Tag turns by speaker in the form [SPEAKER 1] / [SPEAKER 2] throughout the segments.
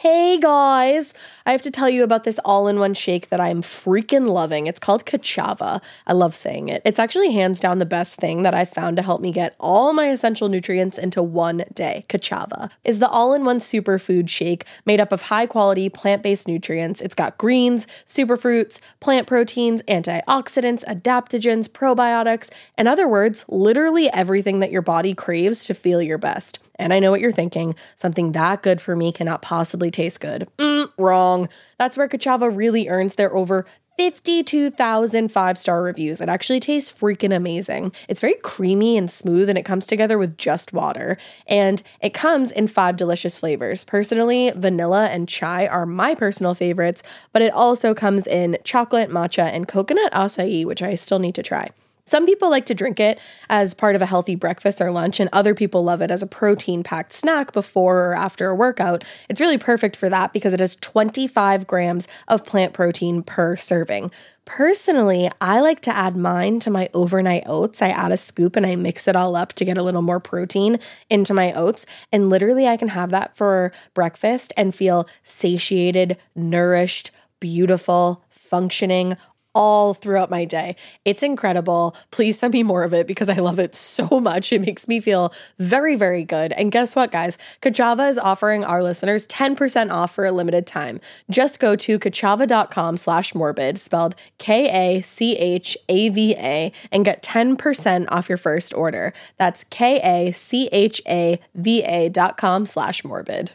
[SPEAKER 1] Hey guys, I have to tell you about this all in one shake that I'm freaking loving. It's called Kachava. I love saying it. It's actually hands down the best thing that I've found to help me get all my essential nutrients into one day. Kachava is the all in one superfood shake made up of high quality plant based nutrients. It's got greens, superfruits, plant proteins, antioxidants, adaptogens, probiotics, in other words, literally everything that your body craves to feel your best. And I know what you're thinking something that good for me cannot possibly taste good. Mm, wrong. That's where Kachava really earns their over 52,000 five star reviews. It actually tastes freaking amazing. It's very creamy and smooth, and it comes together with just water. And it comes in five delicious flavors. Personally, vanilla and chai are my personal favorites, but it also comes in chocolate, matcha, and coconut acai, which I still need to try. Some people like to drink it as part of a healthy breakfast or lunch, and other people love it as a protein packed snack before or after a workout. It's really perfect for that because it has 25 grams of plant protein per serving. Personally, I like to add mine to my overnight oats. I add a scoop and I mix it all up to get a little more protein into my oats. And literally, I can have that for breakfast and feel satiated, nourished, beautiful, functioning, all throughout my day. It's incredible. Please send me more of it because I love it so much. It makes me feel very, very good. And guess what, guys? Kachava is offering our listeners 10% off for a limited time. Just go to kachava.com slash morbid, spelled K-A-C-H-A-V-A, and get 10% off your first order. That's K-A-C-H-A-V-A dot com slash morbid.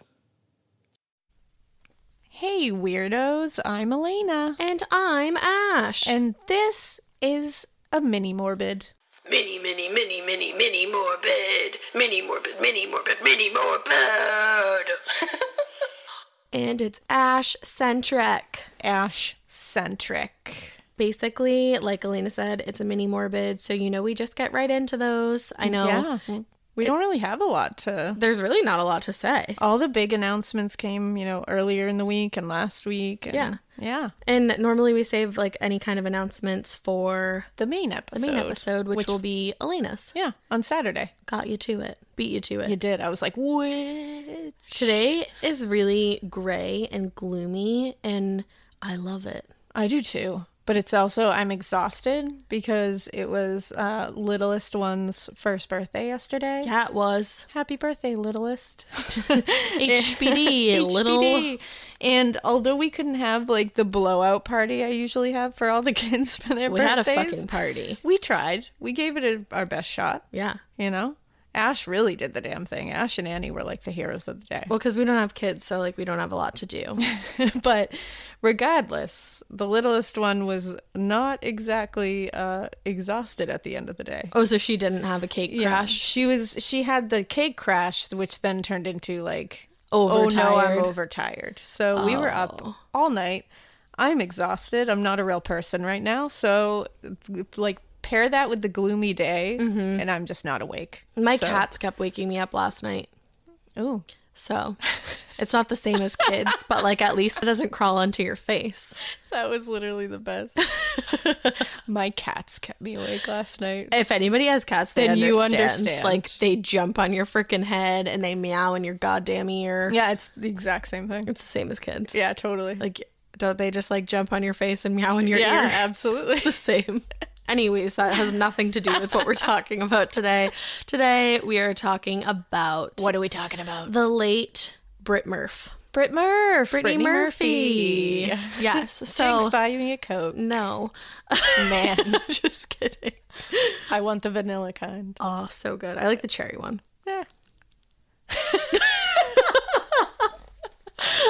[SPEAKER 2] Hey, weirdos, I'm Elena.
[SPEAKER 3] And I'm Ash.
[SPEAKER 2] And this is a mini morbid.
[SPEAKER 4] Mini, mini, mini, mini, mini morbid. Mini morbid, mini morbid, mini morbid.
[SPEAKER 3] And it's Ash centric.
[SPEAKER 2] Ash centric.
[SPEAKER 3] Basically, like Elena said, it's a mini morbid. So, you know, we just get right into those. I know Mm.
[SPEAKER 2] Yeah. We don't really have a lot to.
[SPEAKER 3] there's really not a lot to say.
[SPEAKER 2] All the big announcements came, you know, earlier in the week and last week. And
[SPEAKER 3] Yeah.
[SPEAKER 2] Yeah.
[SPEAKER 3] And normally we save like any kind of announcements for
[SPEAKER 2] The main episode.
[SPEAKER 3] the main episode, which, will be Elena's.
[SPEAKER 2] Yeah. On Saturday.
[SPEAKER 3] Got you to it, beat you to it.
[SPEAKER 2] You did. I was like, which?
[SPEAKER 3] Today is really gray and gloomy, and I love it.
[SPEAKER 2] I do too. But it's also, I'm exhausted because it was uh, Littlest One's first birthday yesterday.
[SPEAKER 3] Yeah, it was.
[SPEAKER 2] Happy birthday, Littlest.
[SPEAKER 3] HBD, little.
[SPEAKER 2] And although we couldn't have like the blowout party I usually have for all the kids for their
[SPEAKER 3] We had a
[SPEAKER 2] birthdays,
[SPEAKER 3] fucking party.
[SPEAKER 2] we tried. We gave it a, our best shot.
[SPEAKER 3] Yeah.
[SPEAKER 2] You know, Ash really did the damn thing. Ash and Annie were like the heroes of the day.
[SPEAKER 3] Well, because we don't have kids, so like we don't have a lot to do.
[SPEAKER 2] but regardless, the littlest one was not exactly uh, exhausted at the end of the day.
[SPEAKER 3] oh, so she didn't have a cake crash.
[SPEAKER 2] She was. She had the cake crash, which then turned into like, oh no, I'm
[SPEAKER 3] Overtired.
[SPEAKER 2] overtired. Oh. So we were up all night. I'm exhausted. I'm not a real person right now. So, like, pair that with the gloomy Mm-hmm. day, and I'm just not awake.
[SPEAKER 3] My cats kept waking me up last night.
[SPEAKER 2] Oh,
[SPEAKER 3] So it's not the same as kids, but like at least it doesn't crawl onto your face.
[SPEAKER 2] That was literally the best. My cats kept me awake last night.
[SPEAKER 3] If anybody has cats, they
[SPEAKER 2] Then
[SPEAKER 3] understand.
[SPEAKER 2] you understand.
[SPEAKER 3] Like they jump on your freaking head and they meow in your goddamn ear.
[SPEAKER 2] Yeah, it's the exact same thing.
[SPEAKER 3] It's the same as kids.
[SPEAKER 2] Yeah, totally.
[SPEAKER 3] Like don't they just like jump on your face and meow in your
[SPEAKER 2] yeah,
[SPEAKER 3] ear?
[SPEAKER 2] absolutely.
[SPEAKER 3] the same. Anyways, that has nothing to do with what we're talking about today. Today we are talking about
[SPEAKER 2] What are we talking about?
[SPEAKER 3] the late Britt Murph.
[SPEAKER 2] Britt Murph.
[SPEAKER 3] Brittany,
[SPEAKER 2] Brittany
[SPEAKER 3] Murphy. Yes. So
[SPEAKER 2] Thanks, buy me a coat.
[SPEAKER 3] no.
[SPEAKER 2] Man,
[SPEAKER 3] Just kidding.
[SPEAKER 2] I want the vanilla kind.
[SPEAKER 3] Oh, so good. I like the cherry one.
[SPEAKER 2] Yeah.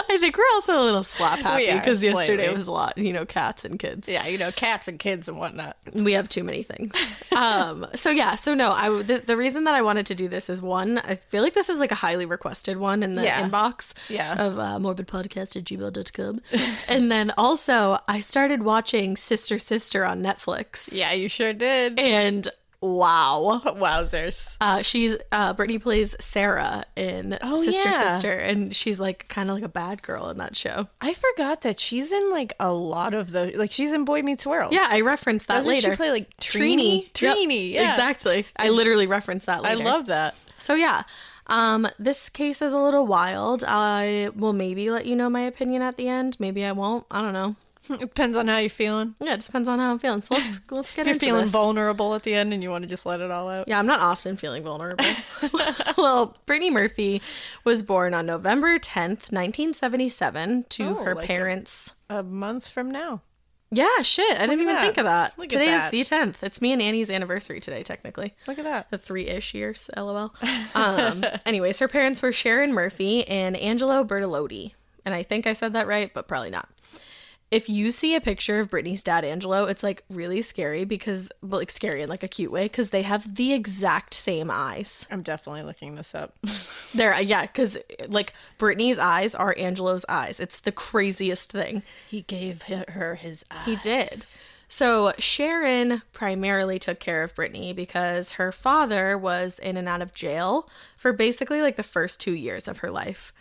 [SPEAKER 3] I think we're also a little slap happy
[SPEAKER 2] are,
[SPEAKER 3] because yesterday
[SPEAKER 2] slightly.
[SPEAKER 3] was a lot, you know, cats and kids.
[SPEAKER 2] Yeah, you know, cats and kids and whatnot.
[SPEAKER 3] We have too many things. um, so yeah, so no, I w- the, the reason that I wanted to do this is one, I feel like this is like a highly requested one in the
[SPEAKER 2] Yeah.
[SPEAKER 3] inbox
[SPEAKER 2] Yeah.
[SPEAKER 3] of uh, morbidpodcast at gmail.com. and then also I started watching Sister Sister on Netflix
[SPEAKER 2] Yeah, you sure did.
[SPEAKER 3] and wow.
[SPEAKER 2] Wowzers.
[SPEAKER 3] Uh, she's uh, Brittany plays Sarah in Sister
[SPEAKER 2] Oh, yeah.
[SPEAKER 3] Sister, and she's like kind of like a bad girl in that show.
[SPEAKER 2] I forgot that she's in like a lot of those. Like she's in Boy Meets World.
[SPEAKER 3] Yeah, I referenced
[SPEAKER 2] Oh.
[SPEAKER 3] that
[SPEAKER 2] Doesn't she
[SPEAKER 3] later.
[SPEAKER 2] play, like, Trini?
[SPEAKER 3] Yep,
[SPEAKER 2] Trini, yeah.
[SPEAKER 3] exactly. I literally referenced that
[SPEAKER 2] I
[SPEAKER 3] later.
[SPEAKER 2] love that.
[SPEAKER 3] So yeah, um, this case is a little wild. I will maybe let you know my opinion at the end. Maybe I won't. I don't know.
[SPEAKER 2] It depends on how you're feeling.
[SPEAKER 3] Yeah, it depends on how I'm feeling. So let's let's get
[SPEAKER 2] If you're
[SPEAKER 3] into
[SPEAKER 2] feeling
[SPEAKER 3] this.
[SPEAKER 2] vulnerable at the end and you want to just let it all out.
[SPEAKER 3] Yeah, I'm not often feeling vulnerable. well, Brittany Murphy was born on November 10th, 1977, to
[SPEAKER 2] Oh,
[SPEAKER 3] her
[SPEAKER 2] like a-
[SPEAKER 3] parents.
[SPEAKER 2] A month from now.
[SPEAKER 3] yeah, shit. I didn't even
[SPEAKER 2] that.
[SPEAKER 3] think of that.
[SPEAKER 2] Look at
[SPEAKER 3] today is
[SPEAKER 2] that.
[SPEAKER 3] the 10th. It's me and Annie's anniversary today, technically.
[SPEAKER 2] Look at that.
[SPEAKER 3] The three ish years, lol. Um, anyways, her parents were Sharon Murphy and Angelo Bertolotti. And I think I said that right, but probably not. If you see a picture of Brittany's dad, Angelo, it's like really scary because, but like scary in like a cute way, because they have the exact same eyes.
[SPEAKER 2] I'm definitely looking this up.
[SPEAKER 3] They're yeah, because like Brittany's eyes are Angelo's eyes. It's the craziest thing.
[SPEAKER 2] He gave her his eye.
[SPEAKER 3] He did. So Sharon primarily took care of Brittany because her father was in and out of jail for basically like the first two years of her life.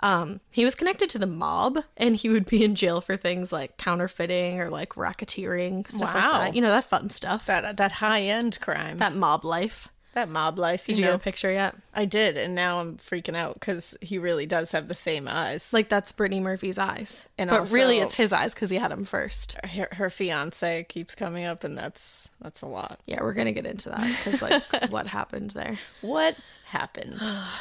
[SPEAKER 3] Um, he was connected to the mob and he would be in jail for things like counterfeiting or like racketeering, stuff
[SPEAKER 2] Wow.
[SPEAKER 3] like that. You know, that fun stuff. That,
[SPEAKER 2] That that high end crime. That,
[SPEAKER 3] mob life.
[SPEAKER 2] mob life. You
[SPEAKER 3] Did you
[SPEAKER 2] know,
[SPEAKER 3] get a picture yet?
[SPEAKER 2] I did, and now I'm freaking out because he really does have the same eyes.
[SPEAKER 3] Like that's Brittany Murphy's eyes.
[SPEAKER 2] And
[SPEAKER 3] but really
[SPEAKER 2] also-
[SPEAKER 3] it's his eyes because he had them first.
[SPEAKER 2] her, her fiance keeps coming up, and that's that's a lot.
[SPEAKER 3] Yeah, we're gonna get into that because like what happened there.
[SPEAKER 2] What happened?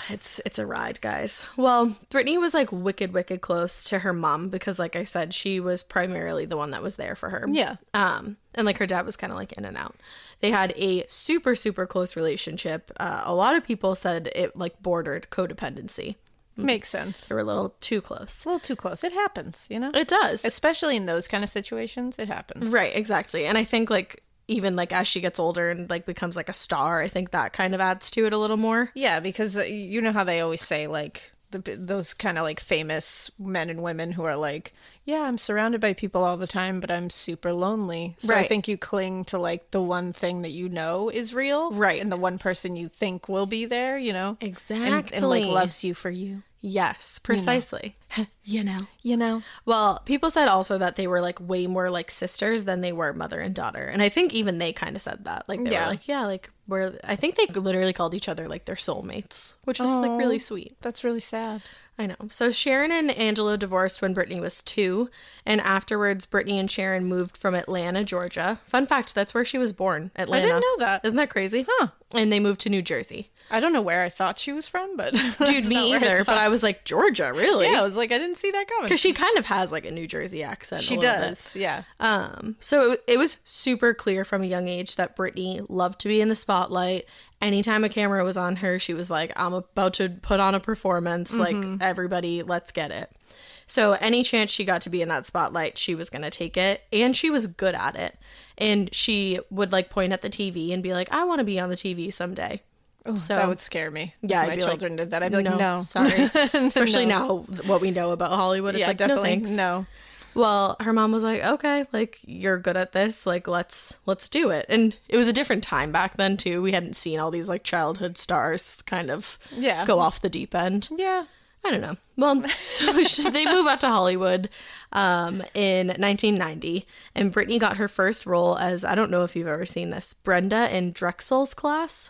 [SPEAKER 3] It's it's a ride, guys. Well, Brittany was like wicked, wicked close to her mom because, like I said, she was primarily the one that was there for her.
[SPEAKER 2] Yeah.
[SPEAKER 3] Um, and like her dad was kind of like in and out. They had a super, super close relationship. Uh, a lot of people said it like bordered codependency.
[SPEAKER 2] Makes sense.
[SPEAKER 3] They were a little too close.
[SPEAKER 2] It's a little too close. It happens, you know.
[SPEAKER 3] It does.
[SPEAKER 2] Especially in those kind of situations, it happens.
[SPEAKER 3] Right, exactly. And I think like even like as she gets older and like becomes like a star, I think that kind of adds to it a little more.
[SPEAKER 2] Yeah, because uh, you know how they always say like the those kind of like famous men and women who are like, yeah, I'm surrounded by people all the time, but I'm super lonely. So I
[SPEAKER 3] Right.
[SPEAKER 2] think you cling to like the one thing that you know is real,
[SPEAKER 3] Right.
[SPEAKER 2] and the one person you think will be there, you know, And- and,
[SPEAKER 3] Exactly.
[SPEAKER 2] like loves you for you,
[SPEAKER 3] Yes, precisely. you know.
[SPEAKER 2] you know.
[SPEAKER 3] Well, people said also that they were like way more like sisters than they were mother and daughter. And I think even they kind of said that. Like they
[SPEAKER 2] Yeah.
[SPEAKER 3] were like, yeah, like we're I think they literally called each other like their soulmates, which is like really sweet.
[SPEAKER 2] That's really sad.
[SPEAKER 3] I know. So Sharon and Angelo divorced when Brittany was 2, and afterwards Brittany and Sharon moved from Atlanta, Georgia. Fun fact, that's where she was born, Atlanta.
[SPEAKER 2] know that.
[SPEAKER 3] Isn't that crazy?
[SPEAKER 2] Huh.
[SPEAKER 3] And they moved to New Jersey.
[SPEAKER 2] I don't know where I thought she was from, but
[SPEAKER 3] Dude, me either, but I was like, Georgia, really?
[SPEAKER 2] yeah, I was like, I didn't see that coming.
[SPEAKER 3] Cuz she kind of has like a New Jersey accent. a
[SPEAKER 2] She
[SPEAKER 3] little bit.
[SPEAKER 2] does, yeah.
[SPEAKER 3] Um, so it, it was super clear from a young age that Brittany loved to be in the spotlight. Anytime a camera was on her, she was like, I'm about to put on a performance.
[SPEAKER 2] Mm-hmm.
[SPEAKER 3] Like, everybody, let's get it. So, any chance she got to be in that spotlight, she was going to take it. And she was good at it. And she would like point at the TV and be like, I want to be on the TV someday. so,
[SPEAKER 2] Oh, that would scare me. if
[SPEAKER 3] Um, yeah, I'd
[SPEAKER 2] my
[SPEAKER 3] be like,
[SPEAKER 2] children did that. I'd be like, no,
[SPEAKER 3] sorry. Especially now, what we know about Hollywood, it's
[SPEAKER 2] yeah,
[SPEAKER 3] like, no
[SPEAKER 2] definitely
[SPEAKER 3] thanks.
[SPEAKER 2] no.
[SPEAKER 3] Well, her mom was like, "Okay, like you're good at this. Like let's let's do it." And it was a different time back then too. We hadn't seen all these like childhood stars kind of
[SPEAKER 2] Yeah.
[SPEAKER 3] go off the deep end.
[SPEAKER 2] Yeah.
[SPEAKER 3] I don't know. Well, so she- they move out to Hollywood um, in 1990, and Brittany got her first role as I don't know if you've ever seen this Brenda in Drexel's class.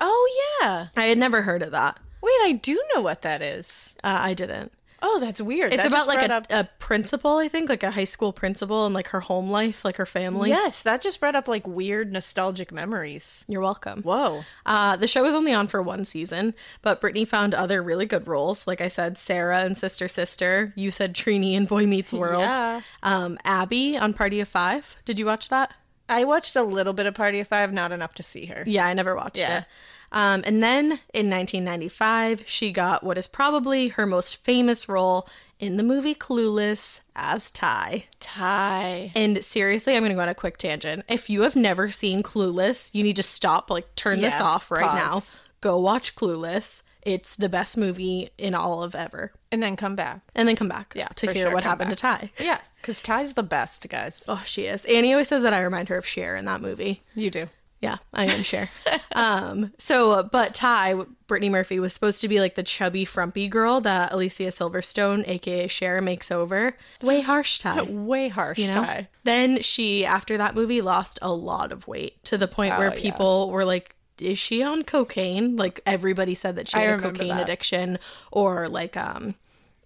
[SPEAKER 2] Oh yeah.
[SPEAKER 3] I had never heard of that.
[SPEAKER 2] Wait, I do know what that is.
[SPEAKER 3] Uh, I didn't.
[SPEAKER 2] Oh, that's weird.
[SPEAKER 3] It's
[SPEAKER 2] That
[SPEAKER 3] about
[SPEAKER 2] just
[SPEAKER 3] like
[SPEAKER 2] brought
[SPEAKER 3] a,
[SPEAKER 2] up-
[SPEAKER 3] a principal, I think, like a high school principal and like her home life, like her family.
[SPEAKER 2] yes, that just brought up like weird nostalgic memories.
[SPEAKER 3] You're welcome.
[SPEAKER 2] Whoa.
[SPEAKER 3] Uh, the show was only on for one season, but Brittany found other really good roles. Like I said, Sarah and Sister Sister. You said Trini in Boy Meets World.
[SPEAKER 2] Yeah.
[SPEAKER 3] Um, Abby on Party of Five. Did you watch that?
[SPEAKER 2] I watched a little bit of Party of Five, not enough to see her.
[SPEAKER 3] Yeah, I never watched
[SPEAKER 2] Yeah.
[SPEAKER 3] it. Um, and then in 1995, she got what is probably her most famous role in the movie Clueless as Ty.
[SPEAKER 2] Ty.
[SPEAKER 3] And seriously, I'm going to go on a quick tangent. If you have never seen Clueless, you need to stop, like, turn this
[SPEAKER 2] Yeah,
[SPEAKER 3] off right
[SPEAKER 2] pause.
[SPEAKER 3] now. Go watch Clueless. It's the best movie in all of ever.
[SPEAKER 2] And then come back.
[SPEAKER 3] And then come back
[SPEAKER 2] Yeah,
[SPEAKER 3] to
[SPEAKER 2] for
[SPEAKER 3] hear
[SPEAKER 2] sure,
[SPEAKER 3] what
[SPEAKER 2] come
[SPEAKER 3] happened to Ty.
[SPEAKER 2] Yeah, because Ty's the best, guys.
[SPEAKER 3] Oh, she is. Annie always says that I remind her of Cher in that movie.
[SPEAKER 2] You do.
[SPEAKER 3] Yeah, I am sure. um, so, but Ty, Brittany Murphy, was supposed to be like the chubby, frumpy girl that Alicia Silverstone, aka Cher, makes over. Way harsh, Ty.
[SPEAKER 2] Way harsh,
[SPEAKER 3] You know?
[SPEAKER 2] Ty.
[SPEAKER 3] Then she, after that movie, lost a lot of weight to the point
[SPEAKER 2] Oh,
[SPEAKER 3] where people were like, is she on cocaine? Like everybody said that she
[SPEAKER 2] I
[SPEAKER 3] had a
[SPEAKER 2] remember
[SPEAKER 3] cocaine
[SPEAKER 2] that.
[SPEAKER 3] addiction or like um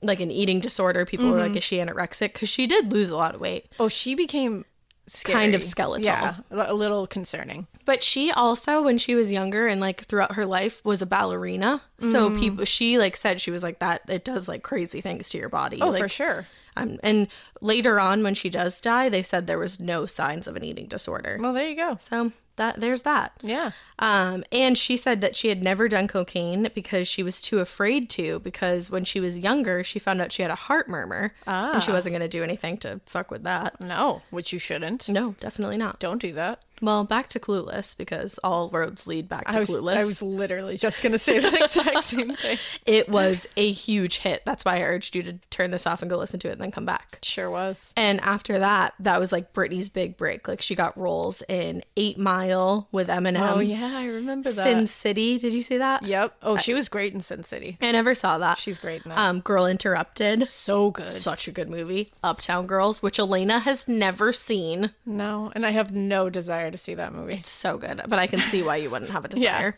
[SPEAKER 3] like an eating disorder. People were
[SPEAKER 2] Mm-hmm.
[SPEAKER 3] like, is she anorexic? Because she did lose a lot of weight.
[SPEAKER 2] Oh, she became scary.
[SPEAKER 3] Kind of skeletal.
[SPEAKER 2] Yeah, a little concerning.
[SPEAKER 3] But she also, when she was younger and like throughout her life, was a ballerina. So
[SPEAKER 2] Mm-hmm.
[SPEAKER 3] people, she like said she was like that. It does like crazy things to your body.
[SPEAKER 2] Oh,
[SPEAKER 3] like,
[SPEAKER 2] for sure.
[SPEAKER 3] Um, and later on, when she does die, they said there was no signs of an eating disorder.
[SPEAKER 2] Well, there you go.
[SPEAKER 3] So that there's that.
[SPEAKER 2] Yeah.
[SPEAKER 3] Um, and she said that she had never done cocaine because she was too afraid to. Because when she was younger, she found out she had a heart murmur, and
[SPEAKER 2] Ah.
[SPEAKER 3] she wasn't going to do anything to fuck with that.
[SPEAKER 2] No, which you shouldn't.
[SPEAKER 3] No, definitely not.
[SPEAKER 2] Mm. Don't do that.
[SPEAKER 3] Well, back to Clueless because all roads lead back to
[SPEAKER 2] I was,
[SPEAKER 3] Clueless.
[SPEAKER 2] I was literally just going to say the exact same thing.
[SPEAKER 3] It was a huge hit. That's why I urged you to turn this off and go listen to it and then come back.
[SPEAKER 2] Sure was.
[SPEAKER 3] And after that, that was like Britney's big break. Like she got roles in Eight Mile with Eminem.
[SPEAKER 2] Oh, yeah, I remember that.
[SPEAKER 3] Sin City. Did you see that?
[SPEAKER 2] Yep. Oh, she was great in Sin City.
[SPEAKER 3] I never saw that.
[SPEAKER 2] She's great in that.
[SPEAKER 3] um, Girl Interrupted.
[SPEAKER 2] so good.
[SPEAKER 3] Such a good movie. Uptown Girls, which Elena has never seen.
[SPEAKER 2] no, and I have no desire to see that movie.
[SPEAKER 3] It's so good, but I can see why you wouldn't have a desire.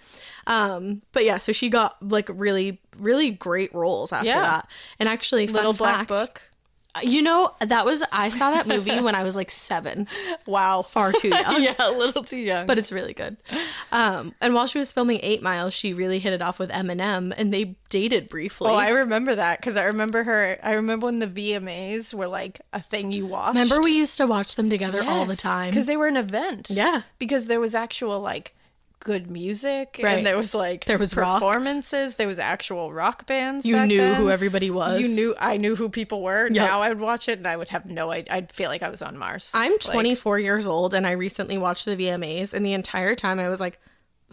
[SPEAKER 3] Um, but yeah, so she got like really, really great roles after
[SPEAKER 2] Yeah.
[SPEAKER 3] that. And actually, fun
[SPEAKER 2] Little Black
[SPEAKER 3] fact,
[SPEAKER 2] Book.
[SPEAKER 3] You know, that was I saw that movie when I was like seven,
[SPEAKER 2] Wow.
[SPEAKER 3] far too young.
[SPEAKER 2] yeah, a little too young.
[SPEAKER 3] But it's really good. Um, and while she was filming Eight Mile, she really hit it off with Eminem, and they dated briefly.
[SPEAKER 2] Oh, I remember that because I remember her. I remember when the VMAs were like a thing you watched.
[SPEAKER 3] remember we used to watch them together all the time.
[SPEAKER 2] because they were an event.
[SPEAKER 3] Yeah.
[SPEAKER 2] because there was actual like good music,
[SPEAKER 3] Right.
[SPEAKER 2] and there was like
[SPEAKER 3] There was rock.
[SPEAKER 2] performances. There was actual rock bands.
[SPEAKER 3] You
[SPEAKER 2] back
[SPEAKER 3] knew
[SPEAKER 2] then.
[SPEAKER 3] who everybody was.
[SPEAKER 2] You knew I knew who people were. Now I'd watch it and I would have no. idea. I'd feel like I was on Mars.
[SPEAKER 3] I'm
[SPEAKER 2] Like,
[SPEAKER 3] 24 years old, and I recently watched the VMAs, and the entire time I was like,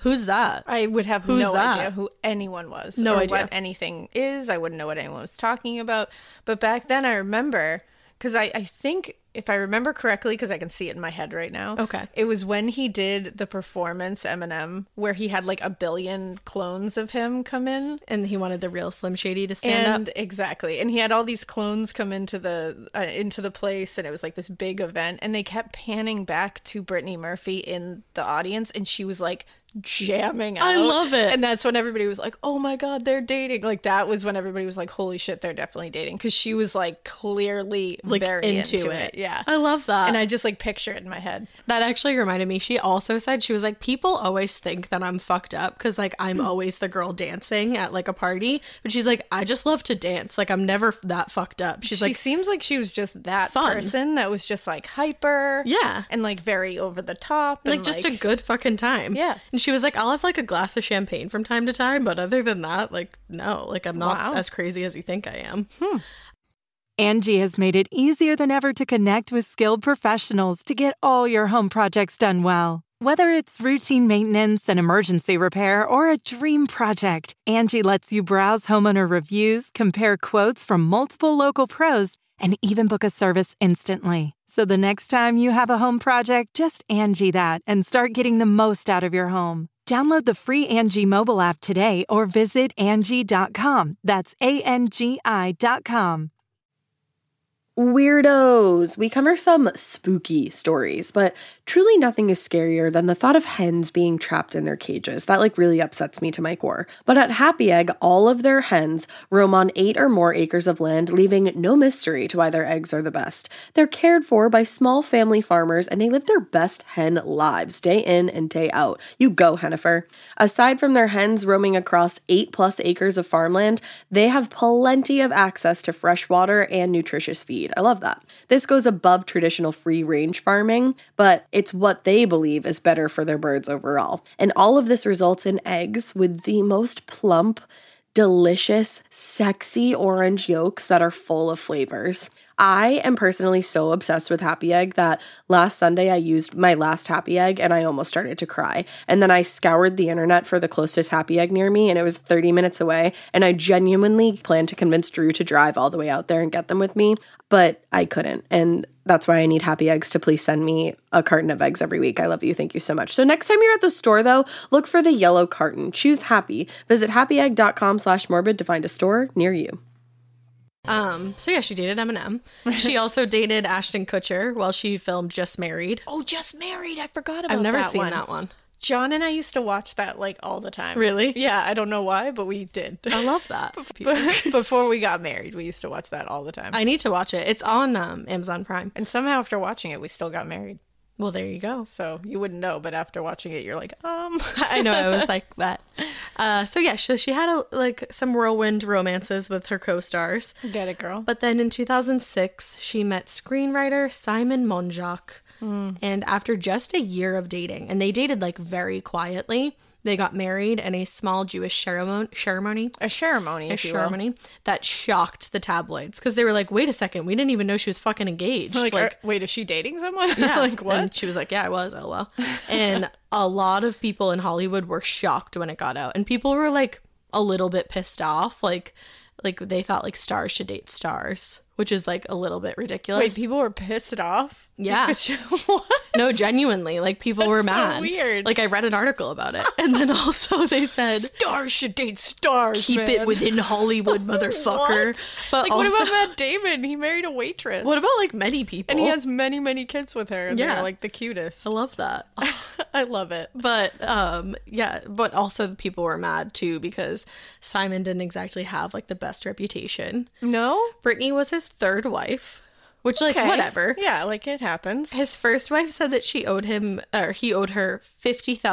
[SPEAKER 3] "Who's that?"
[SPEAKER 2] I would have
[SPEAKER 3] Who's
[SPEAKER 2] no
[SPEAKER 3] that?
[SPEAKER 2] idea who anyone was.
[SPEAKER 3] No
[SPEAKER 2] or
[SPEAKER 3] idea.
[SPEAKER 2] what anything is. I wouldn't know what anyone was talking about. But back then, I remember because I, I think if I remember correctly, because I can see it in my head right now.
[SPEAKER 3] Okay.
[SPEAKER 2] it was when he did the performance Eminem, where he had like a billion clones of him come in.
[SPEAKER 3] and he wanted the real Slim Shady to stand up.
[SPEAKER 2] And exactly, and he had all these clones come into the uh, into the place, and it was like this big event. And they kept panning back to Brittany Murphy in the audience, and she was like jamming out.
[SPEAKER 3] I love it.
[SPEAKER 2] And that's when everybody was like, "Oh my god, they're dating!" Like that was when everybody was like, "Holy shit, they're definitely dating," because she was like clearly
[SPEAKER 3] Like
[SPEAKER 2] very
[SPEAKER 3] into,
[SPEAKER 2] into,
[SPEAKER 3] it.
[SPEAKER 2] Yeah,
[SPEAKER 3] I love that.
[SPEAKER 2] and I just like picture it in my head.
[SPEAKER 3] That actually reminded me. She also said she was like, people always think that I'm fucked up because like
[SPEAKER 2] Hmm.
[SPEAKER 3] I'm always the girl dancing at like a party, but she's like, I just love to dance. Like I'm never f- that fucked up. She's
[SPEAKER 2] she
[SPEAKER 3] like,
[SPEAKER 2] seems like she was just that
[SPEAKER 3] Fun.
[SPEAKER 2] person that was just like hyper,
[SPEAKER 3] Yeah.
[SPEAKER 2] and like very over the top, and,
[SPEAKER 3] like just a good fucking time.
[SPEAKER 2] Yeah.
[SPEAKER 3] And she was like, I'll have like a glass of champagne from time to time, but other than that, like no, like I'm not
[SPEAKER 2] Wow.
[SPEAKER 3] as crazy as you think I am.
[SPEAKER 5] Angie has made it easier than ever to connect with skilled professionals to get all your home projects done well. Whether it's routine maintenance and emergency repair or a dream project, Angie lets you browse homeowner reviews, compare quotes from multiple local pros, and even book a service instantly. So the next time you have a home project, just Angie that and start getting the most out of your home. Download the free Angie mobile app today or visit Angie.com. That's A-N-G-I dot com.
[SPEAKER 1] Weirdos. We cover some spooky stories, but truly nothing is scarier than the thought of hens being trapped in their cages. That like really upsets me to my core. But at Happy Egg, all of their hens roam on eight or more acres of land, leaving no mystery to why their eggs are the best. They're cared for by small family farmers and they live their best hen lives day in and day out. You go, Hennifer. Aside from their hens roaming across eight plus acres of farmland, they have plenty of access to fresh water and nutritious feed. I love that. This goes above traditional free range farming, but it's what they believe is better for their birds overall. And all of this results in eggs with the most plump, delicious, sexy orange yolks that are full of flavors. I am personally so obsessed with Happy Egg that last Sunday I used my last Happy Egg and I almost started to cry. And then I scoured the internet for the closest Happy Egg near me and it was 30 minutes away. And I genuinely planned to convince Drew to drive all the way out there and get them with me, but I couldn't. And that's why I need happy eggs to please send me a carton of eggs every week. I love you. Thank you so much. So next time you're at the store though, look for the yellow carton. Choose happy. Visit happyegg.com slash morbid to find a store near you.
[SPEAKER 3] Um, so yeah, she dated Eminem. She also dated Ashton Kutcher while she filmed Just Married.
[SPEAKER 2] Oh, just married. I forgot about.
[SPEAKER 3] I've never
[SPEAKER 2] that
[SPEAKER 3] seen
[SPEAKER 2] one.
[SPEAKER 3] that one.
[SPEAKER 2] John and I used to watch that like all the time.
[SPEAKER 3] Really?
[SPEAKER 2] Yeah. I don't know why, but we did.
[SPEAKER 3] I love that.
[SPEAKER 2] Before we got married, we used to watch that all the time.
[SPEAKER 3] I need to watch it. It's on um, Amazon Prime.
[SPEAKER 2] and somehow, after watching it, we still got married.
[SPEAKER 3] Well, there you go.
[SPEAKER 2] So you wouldn't know, but after watching it, you're like, um,
[SPEAKER 3] I know I was like that. Uh, so yeah, so she had a, like some whirlwind romances with her co-stars.
[SPEAKER 2] get it, girl.
[SPEAKER 3] But then in 2006, she met screenwriter Simon Monjak.
[SPEAKER 2] Mm.
[SPEAKER 3] And after just a year of dating, and they dated like very quietly, they got married in a small Jewish ceremon- ceremony.
[SPEAKER 2] A ceremony,
[SPEAKER 3] A
[SPEAKER 2] if you will.
[SPEAKER 3] ceremony that shocked the tabloids because they were like, wait a second, we didn't even know she was fucking engaged.
[SPEAKER 2] Like, er, are- wait, is she dating someone?
[SPEAKER 3] uh, yeah.
[SPEAKER 2] like what?
[SPEAKER 3] And she was like, yeah, I was. Oh well. And a lot of people in Hollywood were shocked when it got out, and people were like a little bit pissed off, like like they thought like stars should date stars, which is like a little bit
[SPEAKER 2] wait,
[SPEAKER 3] ridiculous.
[SPEAKER 2] people were pissed off.
[SPEAKER 3] Yeah.
[SPEAKER 2] Because she- what?
[SPEAKER 3] no, genuinely, like people were
[SPEAKER 2] That's so
[SPEAKER 3] mad.
[SPEAKER 2] weird.
[SPEAKER 3] Like I read an article about it, and then also they said.
[SPEAKER 2] Stars should date stars.
[SPEAKER 3] Keep
[SPEAKER 2] man.
[SPEAKER 3] it within Hollywood, motherfucker.
[SPEAKER 2] What?
[SPEAKER 3] But
[SPEAKER 2] like, what
[SPEAKER 3] also,
[SPEAKER 2] about Matt Damon? He married a waitress.
[SPEAKER 3] what about, like many people?
[SPEAKER 2] And he has many, many kids with her. And
[SPEAKER 3] Yeah.
[SPEAKER 2] They're like the cutest.
[SPEAKER 3] I love that.
[SPEAKER 2] I love it.
[SPEAKER 3] but um yeah but also the people were mad too because simon didn't exactly have like the best reputation
[SPEAKER 2] No.
[SPEAKER 3] brittany was his third wife which like
[SPEAKER 2] Okay.
[SPEAKER 3] whatever
[SPEAKER 2] Yeah, like it happens.
[SPEAKER 3] his first wife said that she owed him or he owed her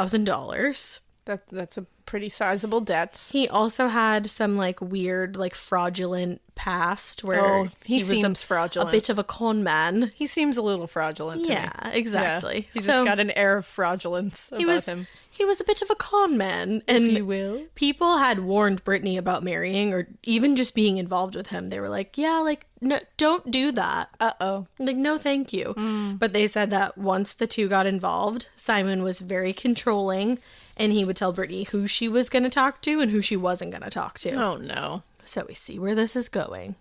[SPEAKER 3] $50000
[SPEAKER 2] that that's a pretty sizable debt.
[SPEAKER 3] he also had some like weird like fraudulent past where
[SPEAKER 2] Oh, he
[SPEAKER 3] was
[SPEAKER 2] seems
[SPEAKER 3] a,
[SPEAKER 2] fraudulent.
[SPEAKER 3] a bit of a con man
[SPEAKER 2] He seems a little fraudulent. to me.
[SPEAKER 3] yeah exactly
[SPEAKER 2] Yeah. He
[SPEAKER 3] So-
[SPEAKER 2] just got an air of fraudulence about
[SPEAKER 3] he was
[SPEAKER 2] him.
[SPEAKER 3] he was a bit of a con man and
[SPEAKER 2] you will.
[SPEAKER 3] people had warned Brittany about marrying or even just being involved with him they were like yeah like no don't do that
[SPEAKER 2] Uh oh.
[SPEAKER 3] like no thank you
[SPEAKER 2] Mm.
[SPEAKER 3] but they said that once the two got involved Simon was very controlling and he would tell Brittany who she was going to talk to and who she wasn't going to talk to
[SPEAKER 2] Oh no.
[SPEAKER 3] so we see where this is going.